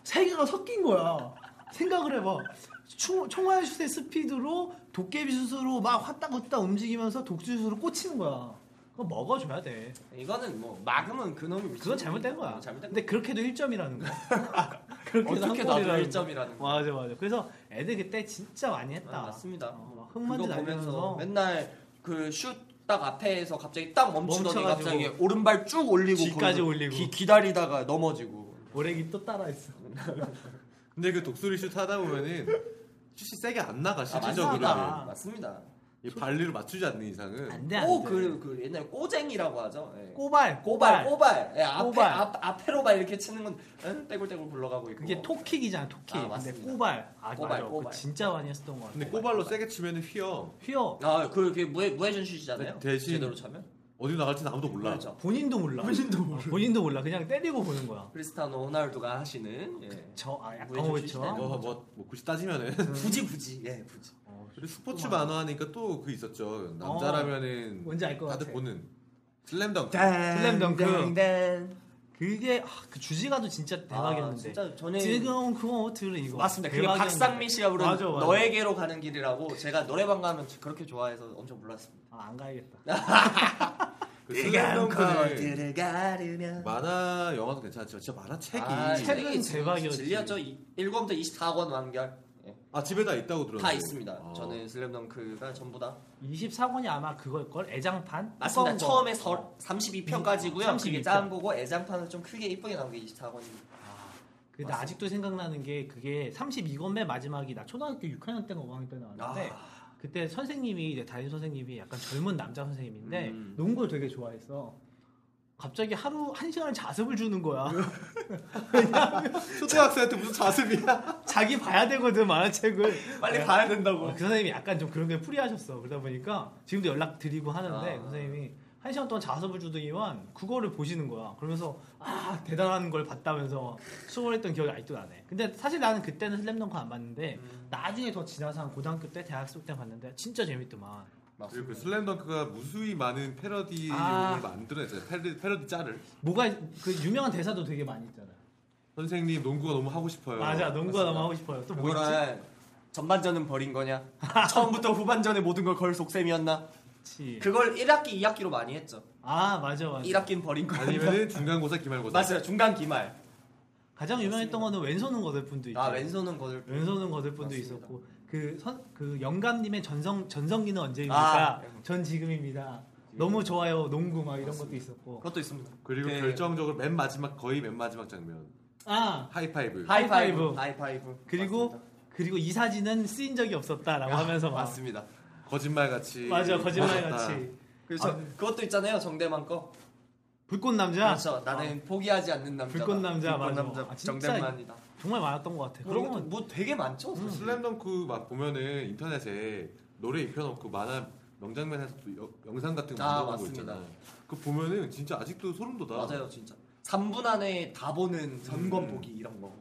Speaker 1: 세 개가 섞인 거야. 생각을 해봐. 총, 총알 슛의 스피드로 도깨비 슛으로 막 왔다 갔다 움직이면서 독수리 슛으로 꽂히는 거야. 그거 먹어줘야 돼.
Speaker 3: 이거는 뭐 막으면 그놈이 미친
Speaker 1: 그건 잘못된 거야.
Speaker 3: 잘못된
Speaker 1: 근데 그렇게도 1점이라는 거야.
Speaker 3: (laughs)
Speaker 1: 그렇게도 한
Speaker 3: 어떻게 나도
Speaker 1: 골이라는 거야.
Speaker 3: 1점이라는 거.
Speaker 1: 맞아 맞아. 그래서 애들 그때 진짜 많이 했다.
Speaker 3: 아, 맞습니다.
Speaker 1: 어, 막
Speaker 3: 그거
Speaker 1: 흙먼지
Speaker 3: 보면서
Speaker 1: 날면서
Speaker 3: 맨날 그 슛 딱 앞에서 갑자기 딱 멈추더니
Speaker 1: 멈춰가지고
Speaker 3: 갑자기 오른발 쭉 올리고
Speaker 1: 뒤까지
Speaker 3: 거기서
Speaker 1: 올리고.
Speaker 3: 기, 기다리다가 넘어지고
Speaker 1: 오래기 또 따라했어.
Speaker 2: 근데 그 독수리 슛 하다 보면은 슛이 세게 안 나가 실질적으로.
Speaker 1: 아, 맞습니다.
Speaker 2: 는
Speaker 3: 아, 맞습니다.
Speaker 2: 이 발리로 맞추지 않는 이상은.
Speaker 1: 안돼 안돼.
Speaker 3: 오그 그 옛날 에 꼬쟁이라고 하죠. 예.
Speaker 1: 네. 꼬발
Speaker 3: 꼬발 꼬발. 예, 앞에
Speaker 1: 꼬발.
Speaker 3: 앞 앞에로 막 이렇게 치는 건 응? 떼굴떼굴 굴러가고 있고.
Speaker 1: 그게 톡킥이잖아 톡킥.
Speaker 3: 아,
Speaker 1: 근데
Speaker 3: 맞습니다.
Speaker 1: 꼬발 아
Speaker 3: 꼬발,
Speaker 1: 맞아. 그거
Speaker 3: 꼬발.
Speaker 1: 진짜 많이 했었던 것 같아.
Speaker 2: 근데 꼬발로 세게 치면은 휘어.
Speaker 1: 휘어
Speaker 3: 아, 그, 그게 무해, 무해전 슛이잖아요.
Speaker 2: 네, 대신-
Speaker 3: 제대로 차면.
Speaker 2: 어디로 나갈지는 아무도 몰라.
Speaker 3: 그렇죠.
Speaker 1: 본인도 몰라. 본인도 몰라. 본인도 몰라. 그냥 때리고 보는 거야.
Speaker 3: 크리스타노 호날두가 하시는. 예.
Speaker 1: 저아 약간
Speaker 3: 무해중
Speaker 1: 그렇죠.
Speaker 3: 시대는 네.
Speaker 2: 뭐, 뭐, 뭐 굳이 따지면은. (laughs)
Speaker 3: 부지, 부지. 예, 부지.
Speaker 1: 어,
Speaker 2: 그리고 스포츠 만화 하니까 또 그 있었죠.
Speaker 3: 어,
Speaker 2: 남자라면은
Speaker 1: 뭔지 알 것
Speaker 2: 다들
Speaker 1: 같아.
Speaker 2: 보는 슬램덩크.
Speaker 1: 슬램덩크.
Speaker 3: 땡.
Speaker 1: 그게 아, 그 주지가도 진짜
Speaker 3: 아,
Speaker 1: 대박이었는데.
Speaker 3: 진짜 저는
Speaker 1: 지금 그거 들어 이거.
Speaker 3: 맞습니다. 그게
Speaker 1: 대박이었는데.
Speaker 3: 박상민 씨가 부른
Speaker 1: 맞아, 맞아.
Speaker 3: 너에게로 가는 길이라고 제가 노래방 가면 그렇게 좋아해서 엄청 불렀습니다.
Speaker 1: 아, 안 가야겠다.
Speaker 2: 그
Speaker 1: 네.
Speaker 2: 슬램덩크는
Speaker 3: 가르면
Speaker 2: 만화 영화도 괜찮았지만 진짜 만화책이
Speaker 3: 아,
Speaker 1: 책은
Speaker 3: 책이
Speaker 1: 대박이었지.
Speaker 3: 진리였죠. 이- 1권부터 24권 완결
Speaker 2: 아, 집에 다 있다고 들었는데.
Speaker 3: 다 있습니다.
Speaker 2: 아.
Speaker 3: 저는 슬램덩크가 전부 다
Speaker 1: 24권이 아마 그걸 걸 애장판?
Speaker 3: 맞습니다.
Speaker 1: 두꺼운 거.
Speaker 3: 처음에 서, 32편까지고요.
Speaker 1: 32
Speaker 3: 그게
Speaker 1: 편.
Speaker 3: 짠 거고 애장판은 좀 크게 이쁘게 나온 게 24권입니다.
Speaker 1: 아, 근데 아직도 생각나는 게 그게 32권의 마지막이 나 초등학교 6학년 때인가 5학년 때 나왔는데
Speaker 3: 아.
Speaker 1: 그때 선생님이 이제 담임 선생님이 약간 젊은 남자 선생님인데
Speaker 3: 음.
Speaker 1: 농구를 되게 좋아했어. 갑자기 하루 한 시간을 자습을 주는 거야. 왜냐하면
Speaker 3: 초등학생한테 무슨 자습이야?
Speaker 1: 자기 봐야 되거든 만화책을.
Speaker 3: 빨리 봐야 된다고.
Speaker 1: 어, 그 선생님이 약간 좀 그런 게 프리하셨어. 그러다 보니까 지금도 연락 드리고 하는데
Speaker 3: 아.
Speaker 1: 그 선생님이 한 시간 동안 자습을 주더니만 그거를 보시는 거야. 그러면서 아 대단한 걸 봤다면서 수월했던 기억이 아직도 나네. 근데 사실 나는 그때는 슬램덩크 안 봤는데
Speaker 3: 음.
Speaker 1: 나중에 더 지나서 한 고등학교 때 대학생 때 봤는데 진짜 재밌더만.
Speaker 2: 그리고 그 슬램덩크가 무수히 많은 패러디
Speaker 1: 아.
Speaker 2: 용을 만들어냈어요. 패러디, 패러디 짤을.
Speaker 1: 뭐가 그 유명한 대사도 되게 많이 있잖아.
Speaker 2: 선생님 농구가 너무 하고 싶어요.
Speaker 1: 맞아 농구가
Speaker 3: 맞습니다.
Speaker 1: 너무 하고 싶어요. 또 뭐 있지?
Speaker 3: 그거랑 전반전은 버린 거냐? (laughs) 처음부터 후반전에 모든 걸 걸 속셈이었나?
Speaker 1: 그치.
Speaker 3: 그걸 1학기, 2학기로 많이 했죠.
Speaker 1: 아 맞아 맞아.
Speaker 3: 1학기는 버린 거야.
Speaker 2: 아니면은 중간고사,
Speaker 3: (laughs)
Speaker 2: 기말고사.
Speaker 3: 맞아요. 중간 기말.
Speaker 1: 가장 유명했던 거는 왼손은 거들뿐도 있고.
Speaker 3: 아 왼손은 거들.
Speaker 1: 왼손은 거들뿐도
Speaker 3: 맞습니다.
Speaker 1: 있었고 그 선 그 영감님의 전성 전성기는 언제입니까?
Speaker 3: 아.
Speaker 1: 전 지금입니다. 너무 좋아요 농구 막 이런 것도 있었고
Speaker 3: 그것도 있습니다.
Speaker 2: 그리고
Speaker 3: 네.
Speaker 2: 결정적으로 맨 마지막 거의 맨 마지막 장면
Speaker 1: 아
Speaker 2: 하이파이브.
Speaker 3: 하이파이브.
Speaker 1: 하이파이브.
Speaker 3: 하이파이브.
Speaker 1: 그리고
Speaker 3: 맞습니다.
Speaker 1: 그리고 이 사진은 쓰인 적이 없었다라고 하면서 막
Speaker 3: 맞습니다.
Speaker 2: 거짓말 같이.
Speaker 1: 맞아 거짓말 같이
Speaker 3: 그래서
Speaker 1: 네.
Speaker 3: 그것도 있잖아요. 정대만 거.
Speaker 1: 불꽃 남자
Speaker 3: 그렇죠. 나는 포기하지 않는 남자.
Speaker 1: 아. 불꽃 남자,
Speaker 3: 불꽃
Speaker 1: 맞아.
Speaker 3: 남자.
Speaker 1: 아, 진짜
Speaker 3: 정대만이다.
Speaker 1: 정말 많았던 것 같아.
Speaker 3: 그런
Speaker 1: 그런
Speaker 3: 거
Speaker 1: 건
Speaker 3: 뭐 되게 많죠.
Speaker 2: 그 슬램덩크 막 보면은 인터넷에 노래 입혀놓고 만화 명장면에서 또 여- 영상 같은 거
Speaker 3: 아,
Speaker 2: 만들어놓은 거
Speaker 3: 맞습니다.
Speaker 2: 있잖아. 그 보면은 진짜 아직도 소름 돋아.
Speaker 3: 맞아요, 음. 진짜. 3분 안에 다 보는 전권 보기 이런 거.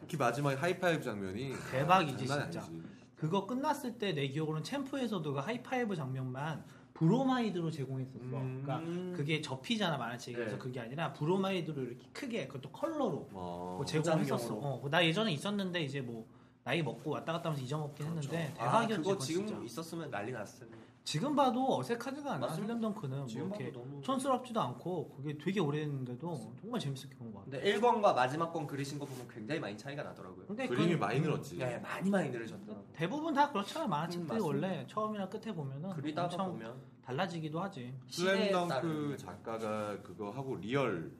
Speaker 2: 특히 마지막 하이파이브 장면이
Speaker 1: 대박이지
Speaker 2: 장난
Speaker 1: 진짜.
Speaker 2: 아니지.
Speaker 1: 그거 끝났을 때 내 기억으로는 챔프에서도 그 하이파이브 장면만 브로마이드로 제공했었어.
Speaker 3: 음.
Speaker 1: 그러니까 그게 접히잖아 만화책이 그래서
Speaker 3: 네.
Speaker 1: 그게 아니라 브로마이드로 이렇게 크게 그것도 컬러로
Speaker 2: 어,
Speaker 1: 뭐 제공했었어.
Speaker 3: 보장용으로.
Speaker 1: 어, 나 예전에 있었는데 이제 뭐 나이 먹고 왔다 갔다 하면서 잊어먹긴 했는데
Speaker 3: 아,
Speaker 1: 대박이었지.
Speaker 3: 그거
Speaker 1: 그거
Speaker 3: 지금
Speaker 1: 진짜.
Speaker 3: 있었으면 난리 났을 텐데.
Speaker 1: 지금 봐도 어색하지가 않아.
Speaker 3: 맞습니다.
Speaker 1: 슬램덩크는 뭐
Speaker 3: 지금
Speaker 1: 이렇게
Speaker 3: 봐도 너무.
Speaker 1: 촌스럽지도 않고 그게 되게 오래됐는데도 정말 재밌었게 본 것 같아.
Speaker 3: 근데 1권과 마지막 권 그리신 거 보면 굉장히 많이 차이가 나더라고요.
Speaker 1: 근데
Speaker 2: 그림이
Speaker 1: 그건-
Speaker 2: 많이 늘었지.
Speaker 3: 야, 야, 많이 많이 늘으셨더라고.
Speaker 1: 대부분 다 그렇잖아 만화책들이
Speaker 3: 음, 맞습니다.
Speaker 1: 원래 처음이나 끝에 보면은
Speaker 3: 그리다가
Speaker 1: 엄청
Speaker 3: 보면
Speaker 1: 달라지기도 하지.
Speaker 3: 시대에
Speaker 2: 슬램덩크
Speaker 3: 따른-
Speaker 2: 작가가 그거 하고 리얼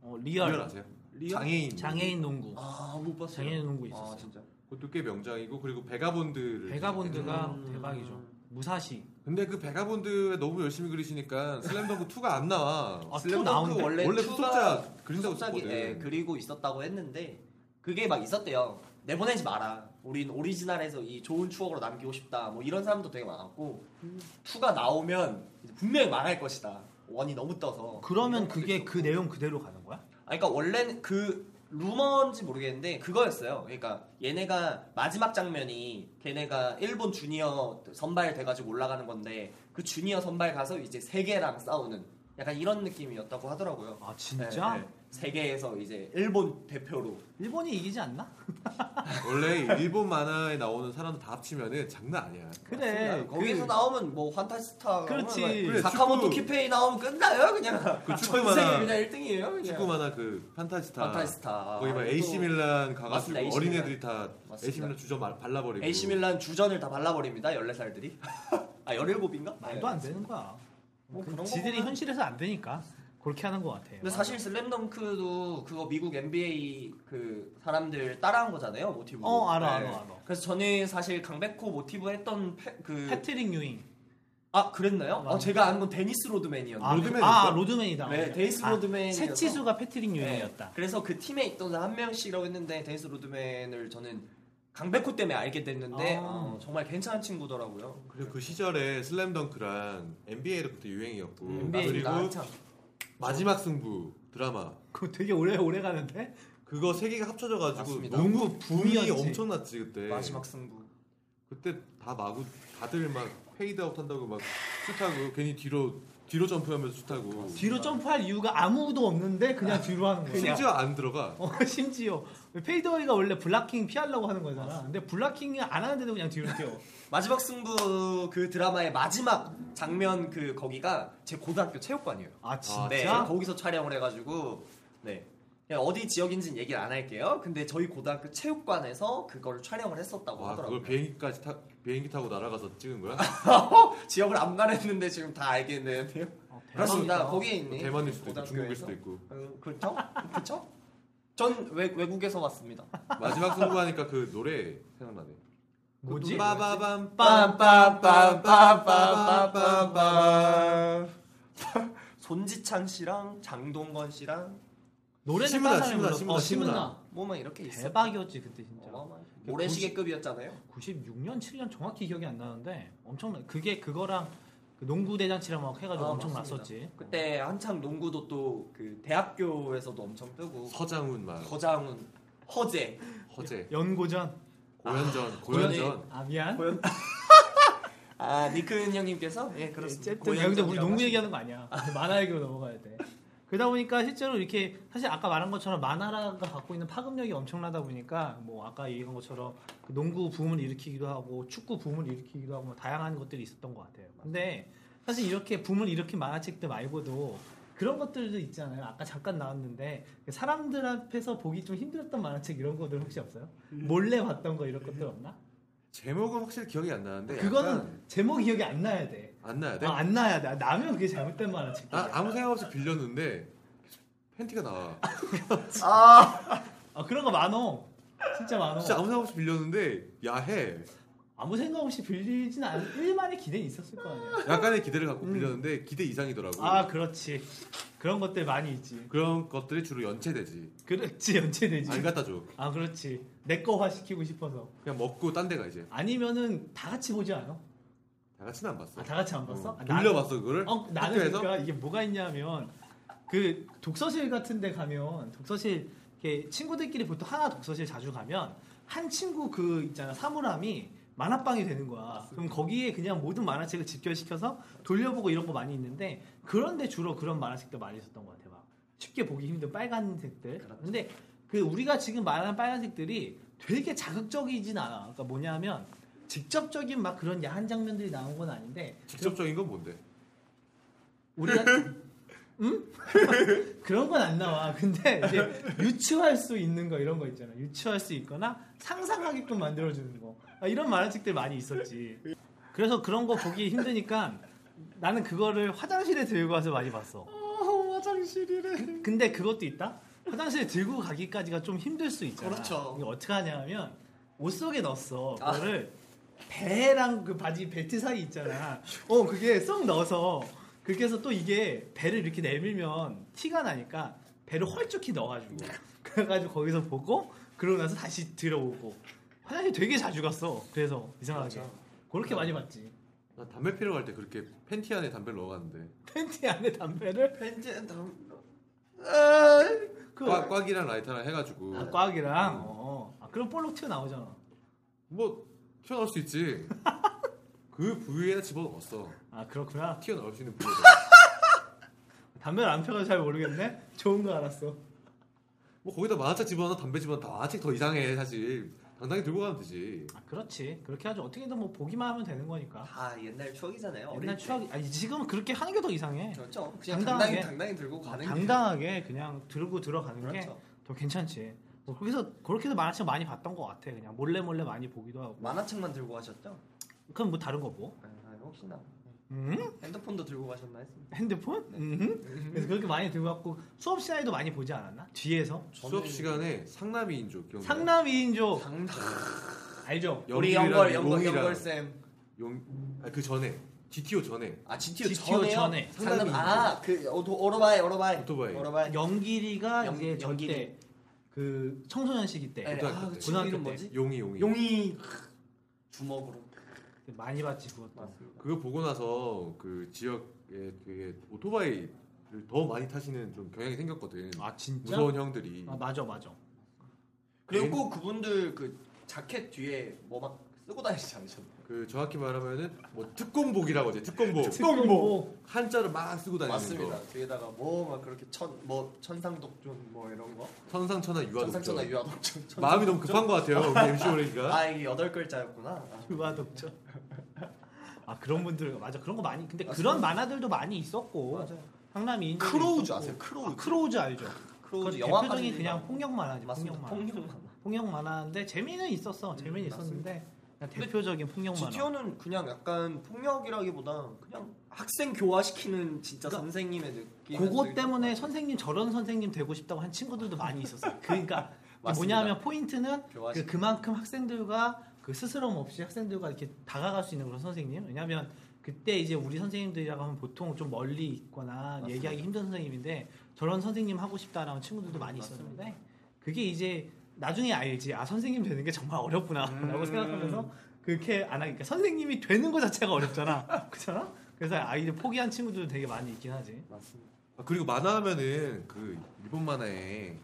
Speaker 1: 어,
Speaker 2: 리얼,
Speaker 1: 리얼
Speaker 2: 아세요?
Speaker 3: 리얼?
Speaker 2: 장애인
Speaker 1: 장애인 농구.
Speaker 3: 아, 못 봤어요.
Speaker 1: 장애인 농구 있었어요.
Speaker 3: 아, 진짜.
Speaker 2: 그것도 꽤 명작이고 그리고 베가본드를
Speaker 1: 베가본드가
Speaker 3: 음.
Speaker 1: 대박이죠. 무사시.
Speaker 2: 근데 그 베가본드 너무 열심히 그리시니까 슬램덩크 (laughs) 2가 안 나와.
Speaker 1: 아, 투
Speaker 2: 슬램덩크
Speaker 1: 나온대?
Speaker 2: 원래,
Speaker 3: 원래
Speaker 2: 후속작 그린다고
Speaker 3: 속삭이
Speaker 2: 썼거든.
Speaker 3: 예, 그리고 있었다고 했는데 그게 막 있었대요. 내보내지 마라. 우린 오리지널에서 이 좋은 추억으로 남기고 싶다. 뭐 이런 사람도 되게 많았고 투가 나오면 이제 분명히 망할 것이다. 원이 너무 떠서.
Speaker 1: 그러면
Speaker 3: 이런 것도
Speaker 1: 그게
Speaker 3: 있었고.
Speaker 1: 그 내용 그대로 가는 거야?
Speaker 3: 아니, 그러니까 원래는 그 루머인지 모르겠는데 그거였어요. 그러니까 얘네가 마지막 장면이 걔네가 일본 주니어 선발 돼가지고 올라가는 건데 그 주니어 선발 가서 이제 세계랑 싸우는 약간 이런 느낌이었다고 하더라고요.
Speaker 1: 아 진짜?
Speaker 3: 네, 네. 세계에서 이제 일본 대표로
Speaker 1: 일본이 이기지 않나?
Speaker 2: (laughs) 원래 일본 만화에 나오는 사람들 다 합치면은 장난 아니야.
Speaker 3: 그렇죠.
Speaker 1: 그래.
Speaker 3: 맞습니다. 네, 거기서
Speaker 1: 그-
Speaker 3: 나오면 뭐 환타스타
Speaker 1: 그렇지.
Speaker 2: 그래,
Speaker 3: 사카모토
Speaker 2: 축구.
Speaker 3: 키페이 나오면 끝나요 그냥
Speaker 2: 그
Speaker 3: 전
Speaker 2: 축구만화.
Speaker 3: 세계 그냥 1등이에요 그냥
Speaker 2: 축구 만화 그 판타지타.
Speaker 3: 판타스타 아,
Speaker 2: 거기 막 AC 밀란 가가지고
Speaker 3: 맞습니다, AC 밀란.
Speaker 2: 어린애들이 다
Speaker 3: 맞습니다.
Speaker 2: AC 밀란 주저 말- 발라버리고.
Speaker 3: AC 밀란 주전을 다 발라버립니다 14살들이 (laughs) 아 17인가?
Speaker 1: 말도 안 되는 거야.
Speaker 3: 뭐
Speaker 1: 그
Speaker 3: 그런 거
Speaker 1: 지들이
Speaker 3: 보면-
Speaker 1: 현실에서 안 되니까 그렇게 하는 것 같아요.
Speaker 3: 근데 사실 슬램덩크도 그거 미국 NBA 그 사람들 따라한 거잖아요 모티브
Speaker 1: 어, 알아, 알아, 알아.
Speaker 3: 그래서 저는 사실 강백호 모티브 했던 패, 그
Speaker 1: 패트릭 유잉.
Speaker 3: 아 그랬나요?
Speaker 1: 맞아.
Speaker 3: 아, 제가 안 건 데니스 로드맨이었는데
Speaker 1: 아,
Speaker 2: 로드맨
Speaker 1: 아
Speaker 2: 있어?
Speaker 1: 로드맨이다.
Speaker 3: 네, 데이스 로드맨이어서.
Speaker 1: 세치수가 패트릭
Speaker 3: 네,
Speaker 1: 유잉이었다.
Speaker 3: 그래서 그 팀에 있던 사람 한 명씩이라고 했는데 데니스 로드맨을 저는 강백호 때문에 알게 됐는데
Speaker 1: 아.
Speaker 3: 어, 정말 괜찮은 친구더라고요.
Speaker 2: 그리고 그 시절에 슬램덩크랑 NBA도 그때 유행이었고 아,
Speaker 1: 음, NBA.
Speaker 2: 그리고
Speaker 3: 맞습니다. 아, 한참. 그렇죠.
Speaker 2: 마지막 승부 드라마
Speaker 1: 그거 되게 오래 오래 가는데.
Speaker 2: 그거 세 개가 합쳐져가지고
Speaker 3: 맞습니다.
Speaker 2: 농구 붐이
Speaker 1: 붐이었지.
Speaker 2: 엄청났지
Speaker 1: 네.
Speaker 2: 그때.
Speaker 3: 마지막 승부.
Speaker 2: 그때 다 마구 다들 막 페이드아웃 한다고 막 슛하고 괜히 뒤로 뒤로 점프하면서 슛하고
Speaker 1: 뒤로 점프할 이유가 아무도 없는데 그냥 뒤로 하는 거야.
Speaker 2: 심지어 안 들어가
Speaker 1: 어, (laughs) 심지어 페이드웨이가 원래 블락킹 피하려고 하는 거잖아. 근데 블락킹이 안 하는데도 그냥 뒤로 뛰어.
Speaker 3: 마지막 승부 그 드라마의 마지막 장면 그 거기가 제 고등학교 체육관이에요.
Speaker 1: 아 진짜?
Speaker 3: 네, 거기서 촬영을 해가지고 네. 그냥 어디 지역인지는 얘기를 안 할게요. 근데 저희 고등학교 체육관에서 그걸 촬영을 했었다고
Speaker 1: 아,
Speaker 2: 와
Speaker 3: 하더라고요.
Speaker 2: 그걸 비행기까지 타 비행기 타고 날아가서 찍은 거야
Speaker 3: 지역을 안 가렸는데 지금 다 알게 되는데요. (laughs)
Speaker 1: 어, 대박이다.
Speaker 2: 뭐
Speaker 3: 그렇습니다. 거기에 있는
Speaker 2: 대만일 수도 있고 중국일 수도
Speaker 3: 고등학교에서.
Speaker 2: 있고
Speaker 3: 어, 그렇죠? 그렇죠? 전 외, 외국에서 왔습니다.
Speaker 2: 마지막 승부하니까 그 노래 생각나네. 그
Speaker 1: 뭐지?
Speaker 2: 빠바밤
Speaker 3: 빰빰빰빰빰빰빰빰 손지창 씨랑 장동건 씨랑
Speaker 1: 노래는
Speaker 2: 시문아,
Speaker 1: 딴 사람이
Speaker 2: 시문아,
Speaker 1: 불렀- 어,
Speaker 2: 시문아,
Speaker 1: 시문아.
Speaker 3: 뭐만 이렇게 있어.
Speaker 1: 대박이었지 그때 진짜.
Speaker 3: 모래시계급이었잖아요.
Speaker 1: 96년 7년 정확히 기억이 안 나는데 엄청나. 그게 그거랑 그 농구 대잔치랑 막 해가지고
Speaker 3: 아,
Speaker 1: 엄청
Speaker 3: 맞습니다.
Speaker 1: 났었지.
Speaker 3: 그때 한창 농구도 또 그 대학교에서도 엄청 뜨고
Speaker 2: 서장훈 말
Speaker 3: 거장훈 허재
Speaker 2: 허재
Speaker 1: 연고전.
Speaker 2: 고현전 고현전
Speaker 1: 아 미안.
Speaker 3: 고현 아 니큰 형님께서 예 그렇습니다.
Speaker 1: 어쨌든 야, 근데 우리 농구 얘기하는 거 아니야. 만화 얘기로 넘어가야 돼. 그러다 보니까 실제로 이렇게 사실 아까 말한 것처럼 만화가 갖고 있는 파급력이 엄청나다 보니까 뭐 아까 얘기한 것처럼 그 농구 붐을 일으키기도 하고 축구 붐을 일으키기도 하고 뭐 다양한 것들이 있었던 것 같아요. 근데 사실 이렇게 붐을 일으킨 만화책들 말고도 그런 것들도 있잖아요. 아까 잠깐 나왔는데 그 사람들 앞에서 보기 좀 힘들었던 만화책 이런 것들 혹시 없어요? 몰래 봤던 거 이런 것들 없나?
Speaker 2: 제목은 확실히 기억이 안 나는데 네, 약간
Speaker 1: 그거는 제목 기억이 안 나야 돼.
Speaker 2: 안 나야 돼?
Speaker 1: 아, 안 나야 돼. 나면 그게 잘못된 만화책.
Speaker 2: 나 아무 생각 없이 빌렸는데 팬티가 나와
Speaker 1: 아 그런 거 많어. 진짜 많어.
Speaker 2: 진짜 아무 생각 없이 빌렸는데 야해
Speaker 1: 아무 생각 없이 빌리진 않. 일만의 기대 있었을 거 아니야.
Speaker 2: 약간의 기대를 갖고 빌렸는데 기대 이상이더라고
Speaker 1: 음. 아 그렇지. 그런 것들 많이 있지.
Speaker 2: 그런 것들이 주로 연체되지
Speaker 1: 그렇지 연체되지.
Speaker 2: 안 갖다 줘
Speaker 1: 아 그렇지. 내 거화 시키고 싶어서.
Speaker 2: 그냥 먹고 딴 데가 이제
Speaker 1: 아니면은 다 같이 보지 않아?
Speaker 2: 다 같이는 안 봤어
Speaker 1: 아, 다 같이 안 봤어?
Speaker 2: 어,
Speaker 1: 아, 나는-
Speaker 2: 돌려봤어 그거를
Speaker 1: 어, 나는
Speaker 2: 학교에서?
Speaker 1: 그러니까 이게 뭐가 있냐면 그 독서실 같은 데 가면 독서실 이렇게 친구들끼리 보통 하나 독서실 자주 가면 한 친구 그 있잖아 사물함이 만화방이 되는 거야. 그럼 거기에 그냥 모든 만화책을 집결시켜서 돌려보고 이런 거 많이 있는데 그런데 주로 그런 만화책도 많이 있었던 것 같아. 막 쉽게 보기 힘든 빨간색들.
Speaker 2: 그렇죠.
Speaker 1: 근데 그 우리가 지금 말하는 빨간색들이 되게 자극적이진 않아. 그러니까 뭐냐면 직접적인 막 그런 야한 장면들이 나온 건 아닌데
Speaker 2: 직접적인 건 뭔데?
Speaker 1: 우리가 음? (laughs) 그런 건 안 나와. 근데 이제 유추할 수 있는 거 이런 거 있잖아. 유추할 수 있거나 상상하게끔 만들어주는 거. 아, 이런 만화책들 많이 있었지. 그래서 그런 거 보기 힘드니까 나는 그거를 화장실에 들고 가서 많이 봤어. 화장실이래. 근데 그것도 있다. 화장실에 들고 가기까지가 좀 힘들 수 있잖아.
Speaker 3: 그렇죠.
Speaker 1: 이게 어떻게 하냐면 옷 속에 넣었어. 그거를 배랑 그 바지 벨트 사이 있잖아. 어, 그게 쏙 넣어서 그렇게 해서 또 이게 배를 이렇게 내밀면 티가 나니까 배를 헐쭉히 넣어가지고 그래가지고 거기서 보고 그러고 나서 다시 들어오고 화장실 되게 자주 갔어. 그래서 이상하게
Speaker 3: 맞아.
Speaker 1: 그렇게 많이 봤지. (laughs)
Speaker 2: 나 담배 피러 갈 때 그렇게 팬티 안에 담배를 넣어갔는데
Speaker 1: 팬티 안에 담배를
Speaker 3: 벤젠 다음
Speaker 1: 그
Speaker 2: 꽉, 꽉이랑 라이터랑 해가지고
Speaker 1: 아, 꽉이랑 어. 아, 그럼 볼록 튀어 나오잖아.
Speaker 2: 뭐 튀어나올
Speaker 1: (laughs)
Speaker 2: 수 있지 그 부위에 집어넣었어
Speaker 1: 아 그렇구나.
Speaker 2: 튀어나올 수 있는 부위
Speaker 1: 담배를 안 펴서 잘 모르겠네. (laughs) 좋은 거 알았어.
Speaker 2: 뭐 거기다 만화책 집어넣어 담배 집어넣어 다 만화책 더 이상해 사실 당당히 들고 가면 되지
Speaker 1: 아 그렇지. 그렇게 하죠. 어떻게든 뭐 보기만 하면 되는 거니까.
Speaker 3: 다 옛날 추억이잖아요. 어릴
Speaker 1: 옛날
Speaker 3: 때.
Speaker 1: 추억이 아니 지금은 그렇게 하는 게 더 이상해.
Speaker 3: 그렇죠. 그냥
Speaker 1: 당당하게.
Speaker 3: 당당히 당당히 들고 가는 게
Speaker 1: 당당하게 그냥 들고 들어가는 게
Speaker 3: 그렇죠.
Speaker 1: 더 괜찮지. 뭐 거기서 그렇게도 만화책 많이 봤던 것 같아. 그냥 몰래 몰래 많이 보기도 하고.
Speaker 3: 만화책만 들고 가셨죠?
Speaker 1: 그럼 뭐 다른 거 뭐?
Speaker 3: 아, 혹시나
Speaker 1: 음?
Speaker 3: 핸드폰도 들고 가셨나 했습니다.
Speaker 1: 핸드폰? 음? 그래서 그렇게 많이 들고 왔고 수업 시간에도 많이 보지 않았나? 뒤에서
Speaker 2: 수업 시간에 상남이 인조 기억나
Speaker 1: 상남 2인조
Speaker 3: 당당.
Speaker 1: 알죠?
Speaker 3: 우리 영걸 영걸 영걸 쌤.
Speaker 2: 용아그 전에 GTO 전에
Speaker 3: 아 GTO,
Speaker 1: GTO
Speaker 3: 전에요?
Speaker 1: 전에.
Speaker 3: 상담
Speaker 2: 상담이
Speaker 3: 아그 어, 오토바이 오토바이
Speaker 2: 오토바이.
Speaker 3: 오토바이.
Speaker 1: 영길이가
Speaker 3: 영-
Speaker 1: 이제
Speaker 3: 영길이.
Speaker 1: 절대 그 청소년 시기 때
Speaker 3: 네,
Speaker 2: 고등학교
Speaker 3: 아,
Speaker 2: 때.
Speaker 3: 그 친구 이름
Speaker 1: 고등학교
Speaker 3: 뭐지?
Speaker 2: 용이 용이
Speaker 3: 용이 주먹으로.
Speaker 1: 그 많이 봤지 그것도.
Speaker 3: 맞습니다.
Speaker 2: 그거 보고 나서 그 지역에 되게 오토바이를 더 많이 타시는 좀 경향이 생겼거든
Speaker 1: 아 진짜?
Speaker 2: 무서운 형들이
Speaker 1: 아 맞아 맞아.
Speaker 3: 그리고 꼭
Speaker 2: 네.
Speaker 3: 그분들 그 자켓 뒤에 뭐 막 쓰고 다니지 않으셨나요?
Speaker 2: 그 정확히 말하면은 뭐 특공복이라고 이제 특공복
Speaker 1: 특공복.
Speaker 2: 한자를 막 쓰고 다니는
Speaker 3: 맞습니다.
Speaker 2: 거
Speaker 3: 뒤에다가 뭐 막 그렇게 천 뭐 천상독존 뭐 이런 거.
Speaker 2: 천상천하 유아독
Speaker 3: 천상천하 유아독존.
Speaker 2: 마음이 너무
Speaker 3: 천상독존?
Speaker 2: 급한 것 같아요 우리 MC 오레기가
Speaker 3: 아 이게 여덟 글자였구나. 아,
Speaker 1: 유아독자. (laughs) 아 그런 분들 맞아 그런 거 많이 근데
Speaker 3: 맞습니다.
Speaker 1: 그런 만화들도 많이 있었고 상남이 인조
Speaker 3: 크로우즈 아세요? 크로우즈.
Speaker 1: 아, 크로우즈 알죠? 그건
Speaker 3: 크로우즈 영화까지
Speaker 1: 대표적인 그냥
Speaker 3: 나오고.
Speaker 1: 폭력 만화지 폭력
Speaker 3: 맞습니다.
Speaker 1: 만화. 폭력,
Speaker 3: 폭력 만화.
Speaker 1: 만화인데 재미는 있었어 재미는
Speaker 3: 음,
Speaker 1: 있었는데 그냥 대표적인 폭력 만화.
Speaker 3: GTO는 그냥 약간 폭력이라기보다 그냥 학생 교화시키는 진짜 선생님의 느낌.
Speaker 1: 그러니까 그거 때문에 선생님 저런 선생님 되고 싶다고 한 친구들도 많이
Speaker 3: (laughs)
Speaker 1: 있었어요. 그러니까
Speaker 3: 맞습니다.
Speaker 1: 뭐냐면 포인트는
Speaker 3: 교화시-
Speaker 1: 그, 그만큼 학생들과 그 스스럼 없이 학생들과 이렇게 다가갈 수 있는 그런 선생님. 왜냐하면 그때 이제 우리 선생님들이라고 하면 보통 좀 멀리 있거나
Speaker 3: 맞습니다.
Speaker 1: 얘기하기 힘든 선생님인데 저런 선생님 하고 싶다라는 친구들도 많이
Speaker 3: 맞습니다.
Speaker 1: 있었는데 그게 이제 나중에 알지 아 선생님 되는 게 정말
Speaker 3: 음.
Speaker 1: 어렵구나라고 생각하면서 그렇게 안 하니까 선생님이 되는 것 자체가 어렵잖아 (laughs) 그잖아 그래서 아이들 포기한 친구들도 되게 많이 있긴 하지
Speaker 3: 맞습니다.
Speaker 2: 아, 그리고 만화하면은 그 일본 만화에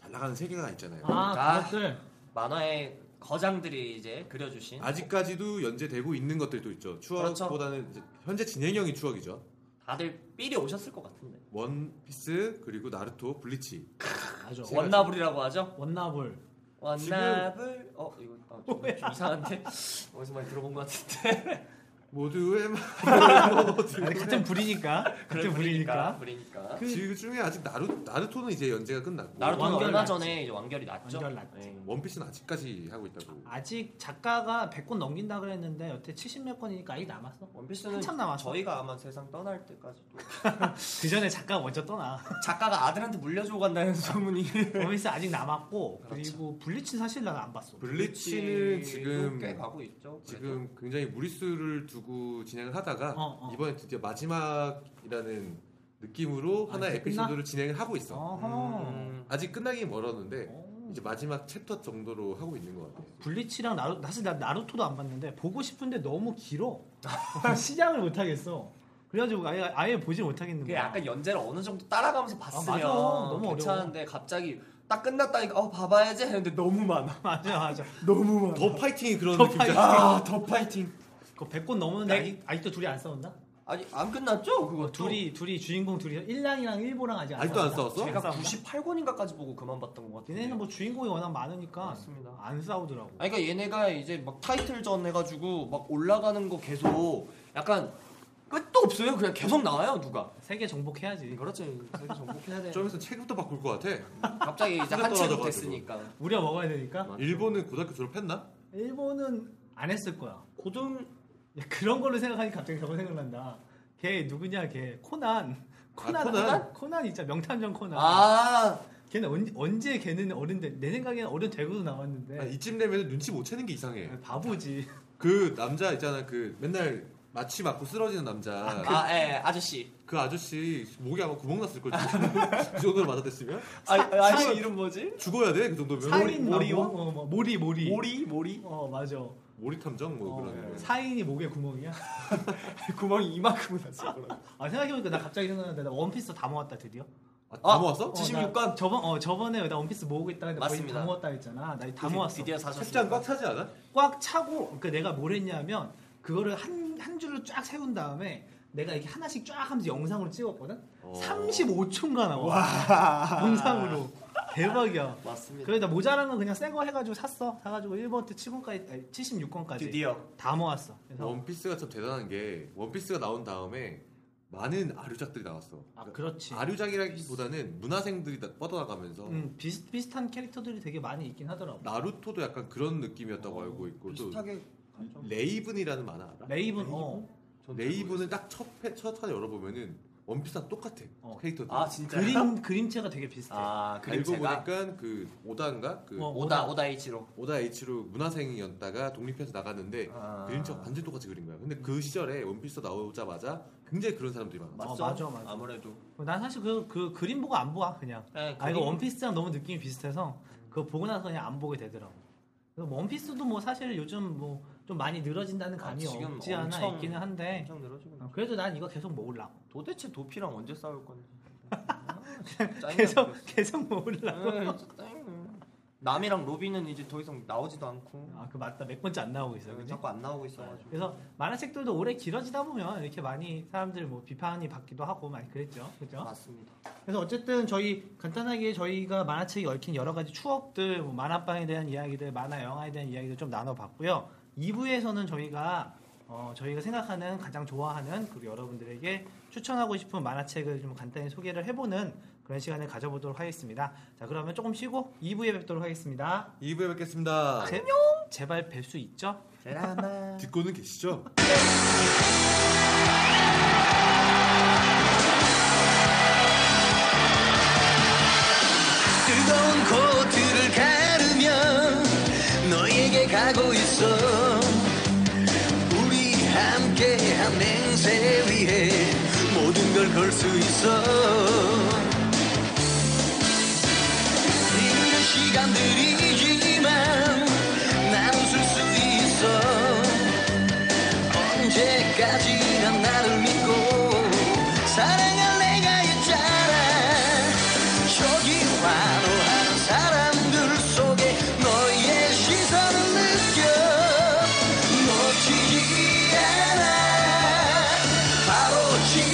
Speaker 2: 잘 나가는 세계가 있잖아요.
Speaker 3: 아.
Speaker 1: 그것들
Speaker 3: 만화의 거장들이 이제 그려주신
Speaker 2: 아직까지도 연재되고 있는 것들도 있죠. 추억보다는 이제 현재 진행형이 추억이죠.
Speaker 3: 다들 삘이 오셨을 것 같은데.
Speaker 1: 네,
Speaker 2: 원피스 그리고 나루토, 블리치.
Speaker 1: 맞아.
Speaker 2: 제가
Speaker 3: 원나블이라고 하죠?
Speaker 1: 원나블.
Speaker 3: 원나블. 어 이거 아, 좀, 좀
Speaker 1: (laughs)
Speaker 3: 이상한데 어디서 많이 들어본 것 같은데.
Speaker 2: 모두의 마-
Speaker 1: 아니, 같은 불이니까. 같은 불이니까.
Speaker 3: 불이니까.
Speaker 1: 그-
Speaker 2: 그 중에 아직 나루 나루토는 이제 연재가 끝났고
Speaker 3: 나루토는
Speaker 1: 완결
Speaker 3: 얼마
Speaker 1: 났지.
Speaker 3: 전에 이제 완결이 났죠.
Speaker 1: 완결 났지.
Speaker 3: 네.
Speaker 2: 원피스는 아직까지 하고 있다고.
Speaker 1: 아직 작가가 100권 넘긴다 그랬는데 여태 70몇 권이니까 아직 남았어.
Speaker 3: 원피스는
Speaker 1: 한참 남았어.
Speaker 3: 저희가 아마 세상 떠날 때까지
Speaker 1: 그 전에 작가가 먼저 떠나. (laughs)
Speaker 3: 작가가 아들한테 물려주고 간다는 (laughs) 소문이
Speaker 1: 원피스 아직 남았고
Speaker 3: 그렇죠.
Speaker 1: 그리고 블리치 사실 나는 안 봤어.
Speaker 2: 블리치는
Speaker 3: 꽤
Speaker 2: 지금
Speaker 3: 가고 있죠. 그래도.
Speaker 2: 지금 굉장히 무리수를 두고 진행을 하다가
Speaker 1: 어, 어.
Speaker 2: 이번에 드디어 마지막이라는 느낌으로
Speaker 1: 아,
Speaker 2: 하나의
Speaker 1: 이제 끝나?
Speaker 2: 에피소드를 진행을 하고 있어.
Speaker 1: 어허.
Speaker 3: 음,
Speaker 2: 아직 끝나긴 멀었는데
Speaker 1: 어.
Speaker 2: 이제 마지막 챕터 정도로 하고 있는 것 같아요.
Speaker 1: 블리치랑 나루, 사실 나 나루토도 안 봤는데 보고 싶은데 너무 길어. (laughs) 시작을 못 하겠어. 그래가지고 아예 아예 보지 못하겠는
Speaker 3: 그게
Speaker 1: 거야.
Speaker 3: 약간 연재를 어느 정도 따라가면서 봤으면
Speaker 1: 맞아. 너무
Speaker 3: 괜찮은데 갑자기 딱 끝났다니까 어 봐봐야지 했는데 너무 많아.
Speaker 1: (laughs)
Speaker 3: (laughs)
Speaker 1: 맞아 맞아.
Speaker 3: 너무 많아.
Speaker 2: 더 파이팅이 그런
Speaker 1: 더
Speaker 2: 느낌이죠.
Speaker 3: 아더 파이팅.
Speaker 1: 그 100권 넘었는데
Speaker 3: 백-
Speaker 1: 아직- 아직도 둘이 안 싸운다?
Speaker 3: 아니 안 끝났죠? 그거
Speaker 1: 둘이 둘이 주인공 둘이 일랑이랑 일보랑 아직 안
Speaker 2: 아직도 안
Speaker 1: 싸운다.
Speaker 2: 싸웠어?
Speaker 3: 제가
Speaker 1: 싸운다?
Speaker 3: 98권인가까지 보고 그만 봤던 것 같은데.
Speaker 1: 얘네는 뭐 주인공이 워낙 많으니까
Speaker 3: 맞습니다.
Speaker 1: 안 싸우더라고.
Speaker 3: 아니, 그러니까 얘네가 이제 막 타이틀전 해가지고 막 올라가는 거 계속 약간 끝도 없어요. 그냥 계속 나와요 누가.
Speaker 1: 세계 음, 정복해야지.
Speaker 3: 그렇죠. 세계 정복해야 돼.
Speaker 2: 좀 있으면 책부터 바꿀 것 같아.
Speaker 3: 갑자기 이제
Speaker 2: 생각
Speaker 3: 한 체급
Speaker 2: 떨어져가지고.
Speaker 3: 됐으니까.
Speaker 1: 우려 먹어야 되니까.
Speaker 2: 일본은 고등학교 졸업했나?
Speaker 1: 일본은 안 했을 거야.
Speaker 3: 고등
Speaker 1: 야, 그런 걸로 생각하니 갑자기 저거 생각난다. 걔 누구냐 걔 코난. 코난
Speaker 2: 코난?
Speaker 1: 코난 있잖아 명탐정 코난.
Speaker 3: 아
Speaker 1: 걔는 언제, 언제 걔는 어른 돼? 내 생각에는 어른 되고도 나왔는데 아,
Speaker 2: 아, 이쯤 되면 눈치 못 채는 게 이상해.
Speaker 1: 바보지.
Speaker 2: 그 남자 있잖아. 그 맨날 마취 맞고 쓰러지는 남자. 그,
Speaker 3: 아, 예, 아저씨.
Speaker 2: 아저씨 목에 아마 구멍 났을 걸. 그 정도로 맞아다녔으면
Speaker 3: 아, 아저씨
Speaker 1: 사-
Speaker 3: 이름 뭐지?
Speaker 2: 죽어야 돼. 그 정도면
Speaker 1: 사인
Speaker 3: 모리요?
Speaker 1: 뭐, 어, 뭐, 모리 모리.
Speaker 3: 모리, 모리.
Speaker 1: 어 맞아.
Speaker 2: 모리 탐정 뭐
Speaker 1: 어,
Speaker 2: 그런. 거.
Speaker 1: 사인이 목에 구멍이야? (laughs)
Speaker 3: 구멍이 이만큼은 났을 거라.
Speaker 1: 아 생각해보니까 나 갑자기 생각났는데 나 원피스 다 모았다 드디어.
Speaker 2: 아, 다
Speaker 3: 아,
Speaker 2: 모았어?
Speaker 1: 나
Speaker 3: 76권?
Speaker 1: 저번 어 저번에 나 원피스 모으고 있다 했는데 거의
Speaker 3: 맞습니다.
Speaker 1: 다 모았다 했잖아. 나 다 모았어.
Speaker 3: 드디어 사셨어.
Speaker 2: 책장 꽉 차지 않아?
Speaker 1: 꽉 차고 그러니까 내가 뭘 했냐면 그거를 한 한 줄로 쫙 세운 다음에 내가 이렇게 하나씩 쫙 하면서 영상으로 찍었거든.
Speaker 2: 어.
Speaker 1: 35초인가 나와. (laughs) 영상으로. 대박이야.
Speaker 3: 맞습니다.
Speaker 1: 그래서 나 모자란 건 그냥 새 거 해가지고 샀어. 사가지고 1번부터 7권까지, 아니, 76권까지
Speaker 3: 드디어.
Speaker 1: 다 모았어. 그래서
Speaker 2: 원피스가 참 대단한 게 원피스가 나온 다음에 많은 아류작들이 나왔어.
Speaker 1: 아 그렇지.
Speaker 2: 아류작이라기보다는 문화생들이 다- 뻗어나가면서
Speaker 1: 음, 비슷 비슷한 캐릭터들이 되게 많이 있긴 하더라고.
Speaker 2: 나루토도 약간 그런 느낌이었다고 알고 있고
Speaker 3: 비슷하게
Speaker 2: 또 레이븐이라는 만화 알아?
Speaker 3: 네.
Speaker 1: 레이븐 네. 어.
Speaker 2: 레이븐은 딱첫첫 화를 열어보면은 원피스랑 똑같아
Speaker 1: 어.
Speaker 2: 캐릭터들.
Speaker 3: 아, 진짜.
Speaker 1: 그림 그림체가 되게 비슷해.
Speaker 3: 아,
Speaker 2: 알고
Speaker 3: 그림체가
Speaker 2: 보니까 그 오다인가 그
Speaker 1: 어.
Speaker 3: 오다, 오다 이치로.
Speaker 2: 오다 H로 문화생이었다가 독립해서 나갔는데
Speaker 3: 아.
Speaker 2: 그림체가 완전 똑같이 그린 거야. 근데 그 시절에 원피스 나오자마자 굉장히 그런 사람들이 많았어.
Speaker 3: 맞죠?
Speaker 1: 맞아, 맞아.
Speaker 3: 아무래도.
Speaker 1: 난 사실 그, 그 그림 보고 안 보아 그냥.
Speaker 3: 네,
Speaker 1: 아 이거
Speaker 3: 그림-
Speaker 1: 원피스랑 너무 느낌이 비슷해서 그거 보고 나서 그냥 안 보게 되더라고. 그래서 원피스도 뭐 사실 요즘 뭐 좀 많이 늘어진다는
Speaker 3: 아,
Speaker 1: 감이
Speaker 3: 지금
Speaker 1: 없지 않아
Speaker 3: 엄청-
Speaker 1: 있기는 한데
Speaker 3: 엄청 늘어지고. 있네.
Speaker 1: 어, 그래도 난 이거 계속 모으려고.
Speaker 3: 도대체 도피랑 언제 싸울 건지.
Speaker 1: 계속 계속 모으려고.
Speaker 3: 음, 남이랑 로비는 이제 더 이상 나오지도 않고
Speaker 1: 아 그 맞다 몇 번째 안 나오고 있어. 그치?
Speaker 3: 자꾸 안 나오고 있어가지고
Speaker 1: 그래서 만화책들도 오래 길어지다 보면 이렇게 많이 사람들 뭐 비판이 받기도 하고 많이 그랬죠. 그죠?
Speaker 3: 맞습니다.
Speaker 1: 그래서 어쨌든 저희 간단하게 저희가 만화책에 얽힌 여러 가지 추억들, 뭐 만화방에 대한 이야기들, 만화 영화에 대한 이야기들 좀 나눠봤고요. 2부에서는 저희가 어, 저희가 생각하는 가장 좋아하는 그리고 여러분들에게 추천하고 싶은 만화책을 좀 간단히 소개를 해보는 그런 시간을 가져보도록 하겠습니다. 자 그러면 조금 쉬고 2부에 뵙도록 하겠습니다.
Speaker 2: 2부에 뵙겠습니다.
Speaker 1: 아, 제, 제발 뵐 수 있죠?
Speaker 3: 드라마
Speaker 2: 듣고는 계시죠?
Speaker 3: 드라마
Speaker 4: 그곳에 위해 모든 걸 걸 수 있어 힘든 시간들이지만 나는 쓸 수 있어 언제까지나 나를 믿고 사랑할 내가 있잖아 저기 환호하는 사람들 속에 너의 시선을 느껴 놓치지 않아 바로 지금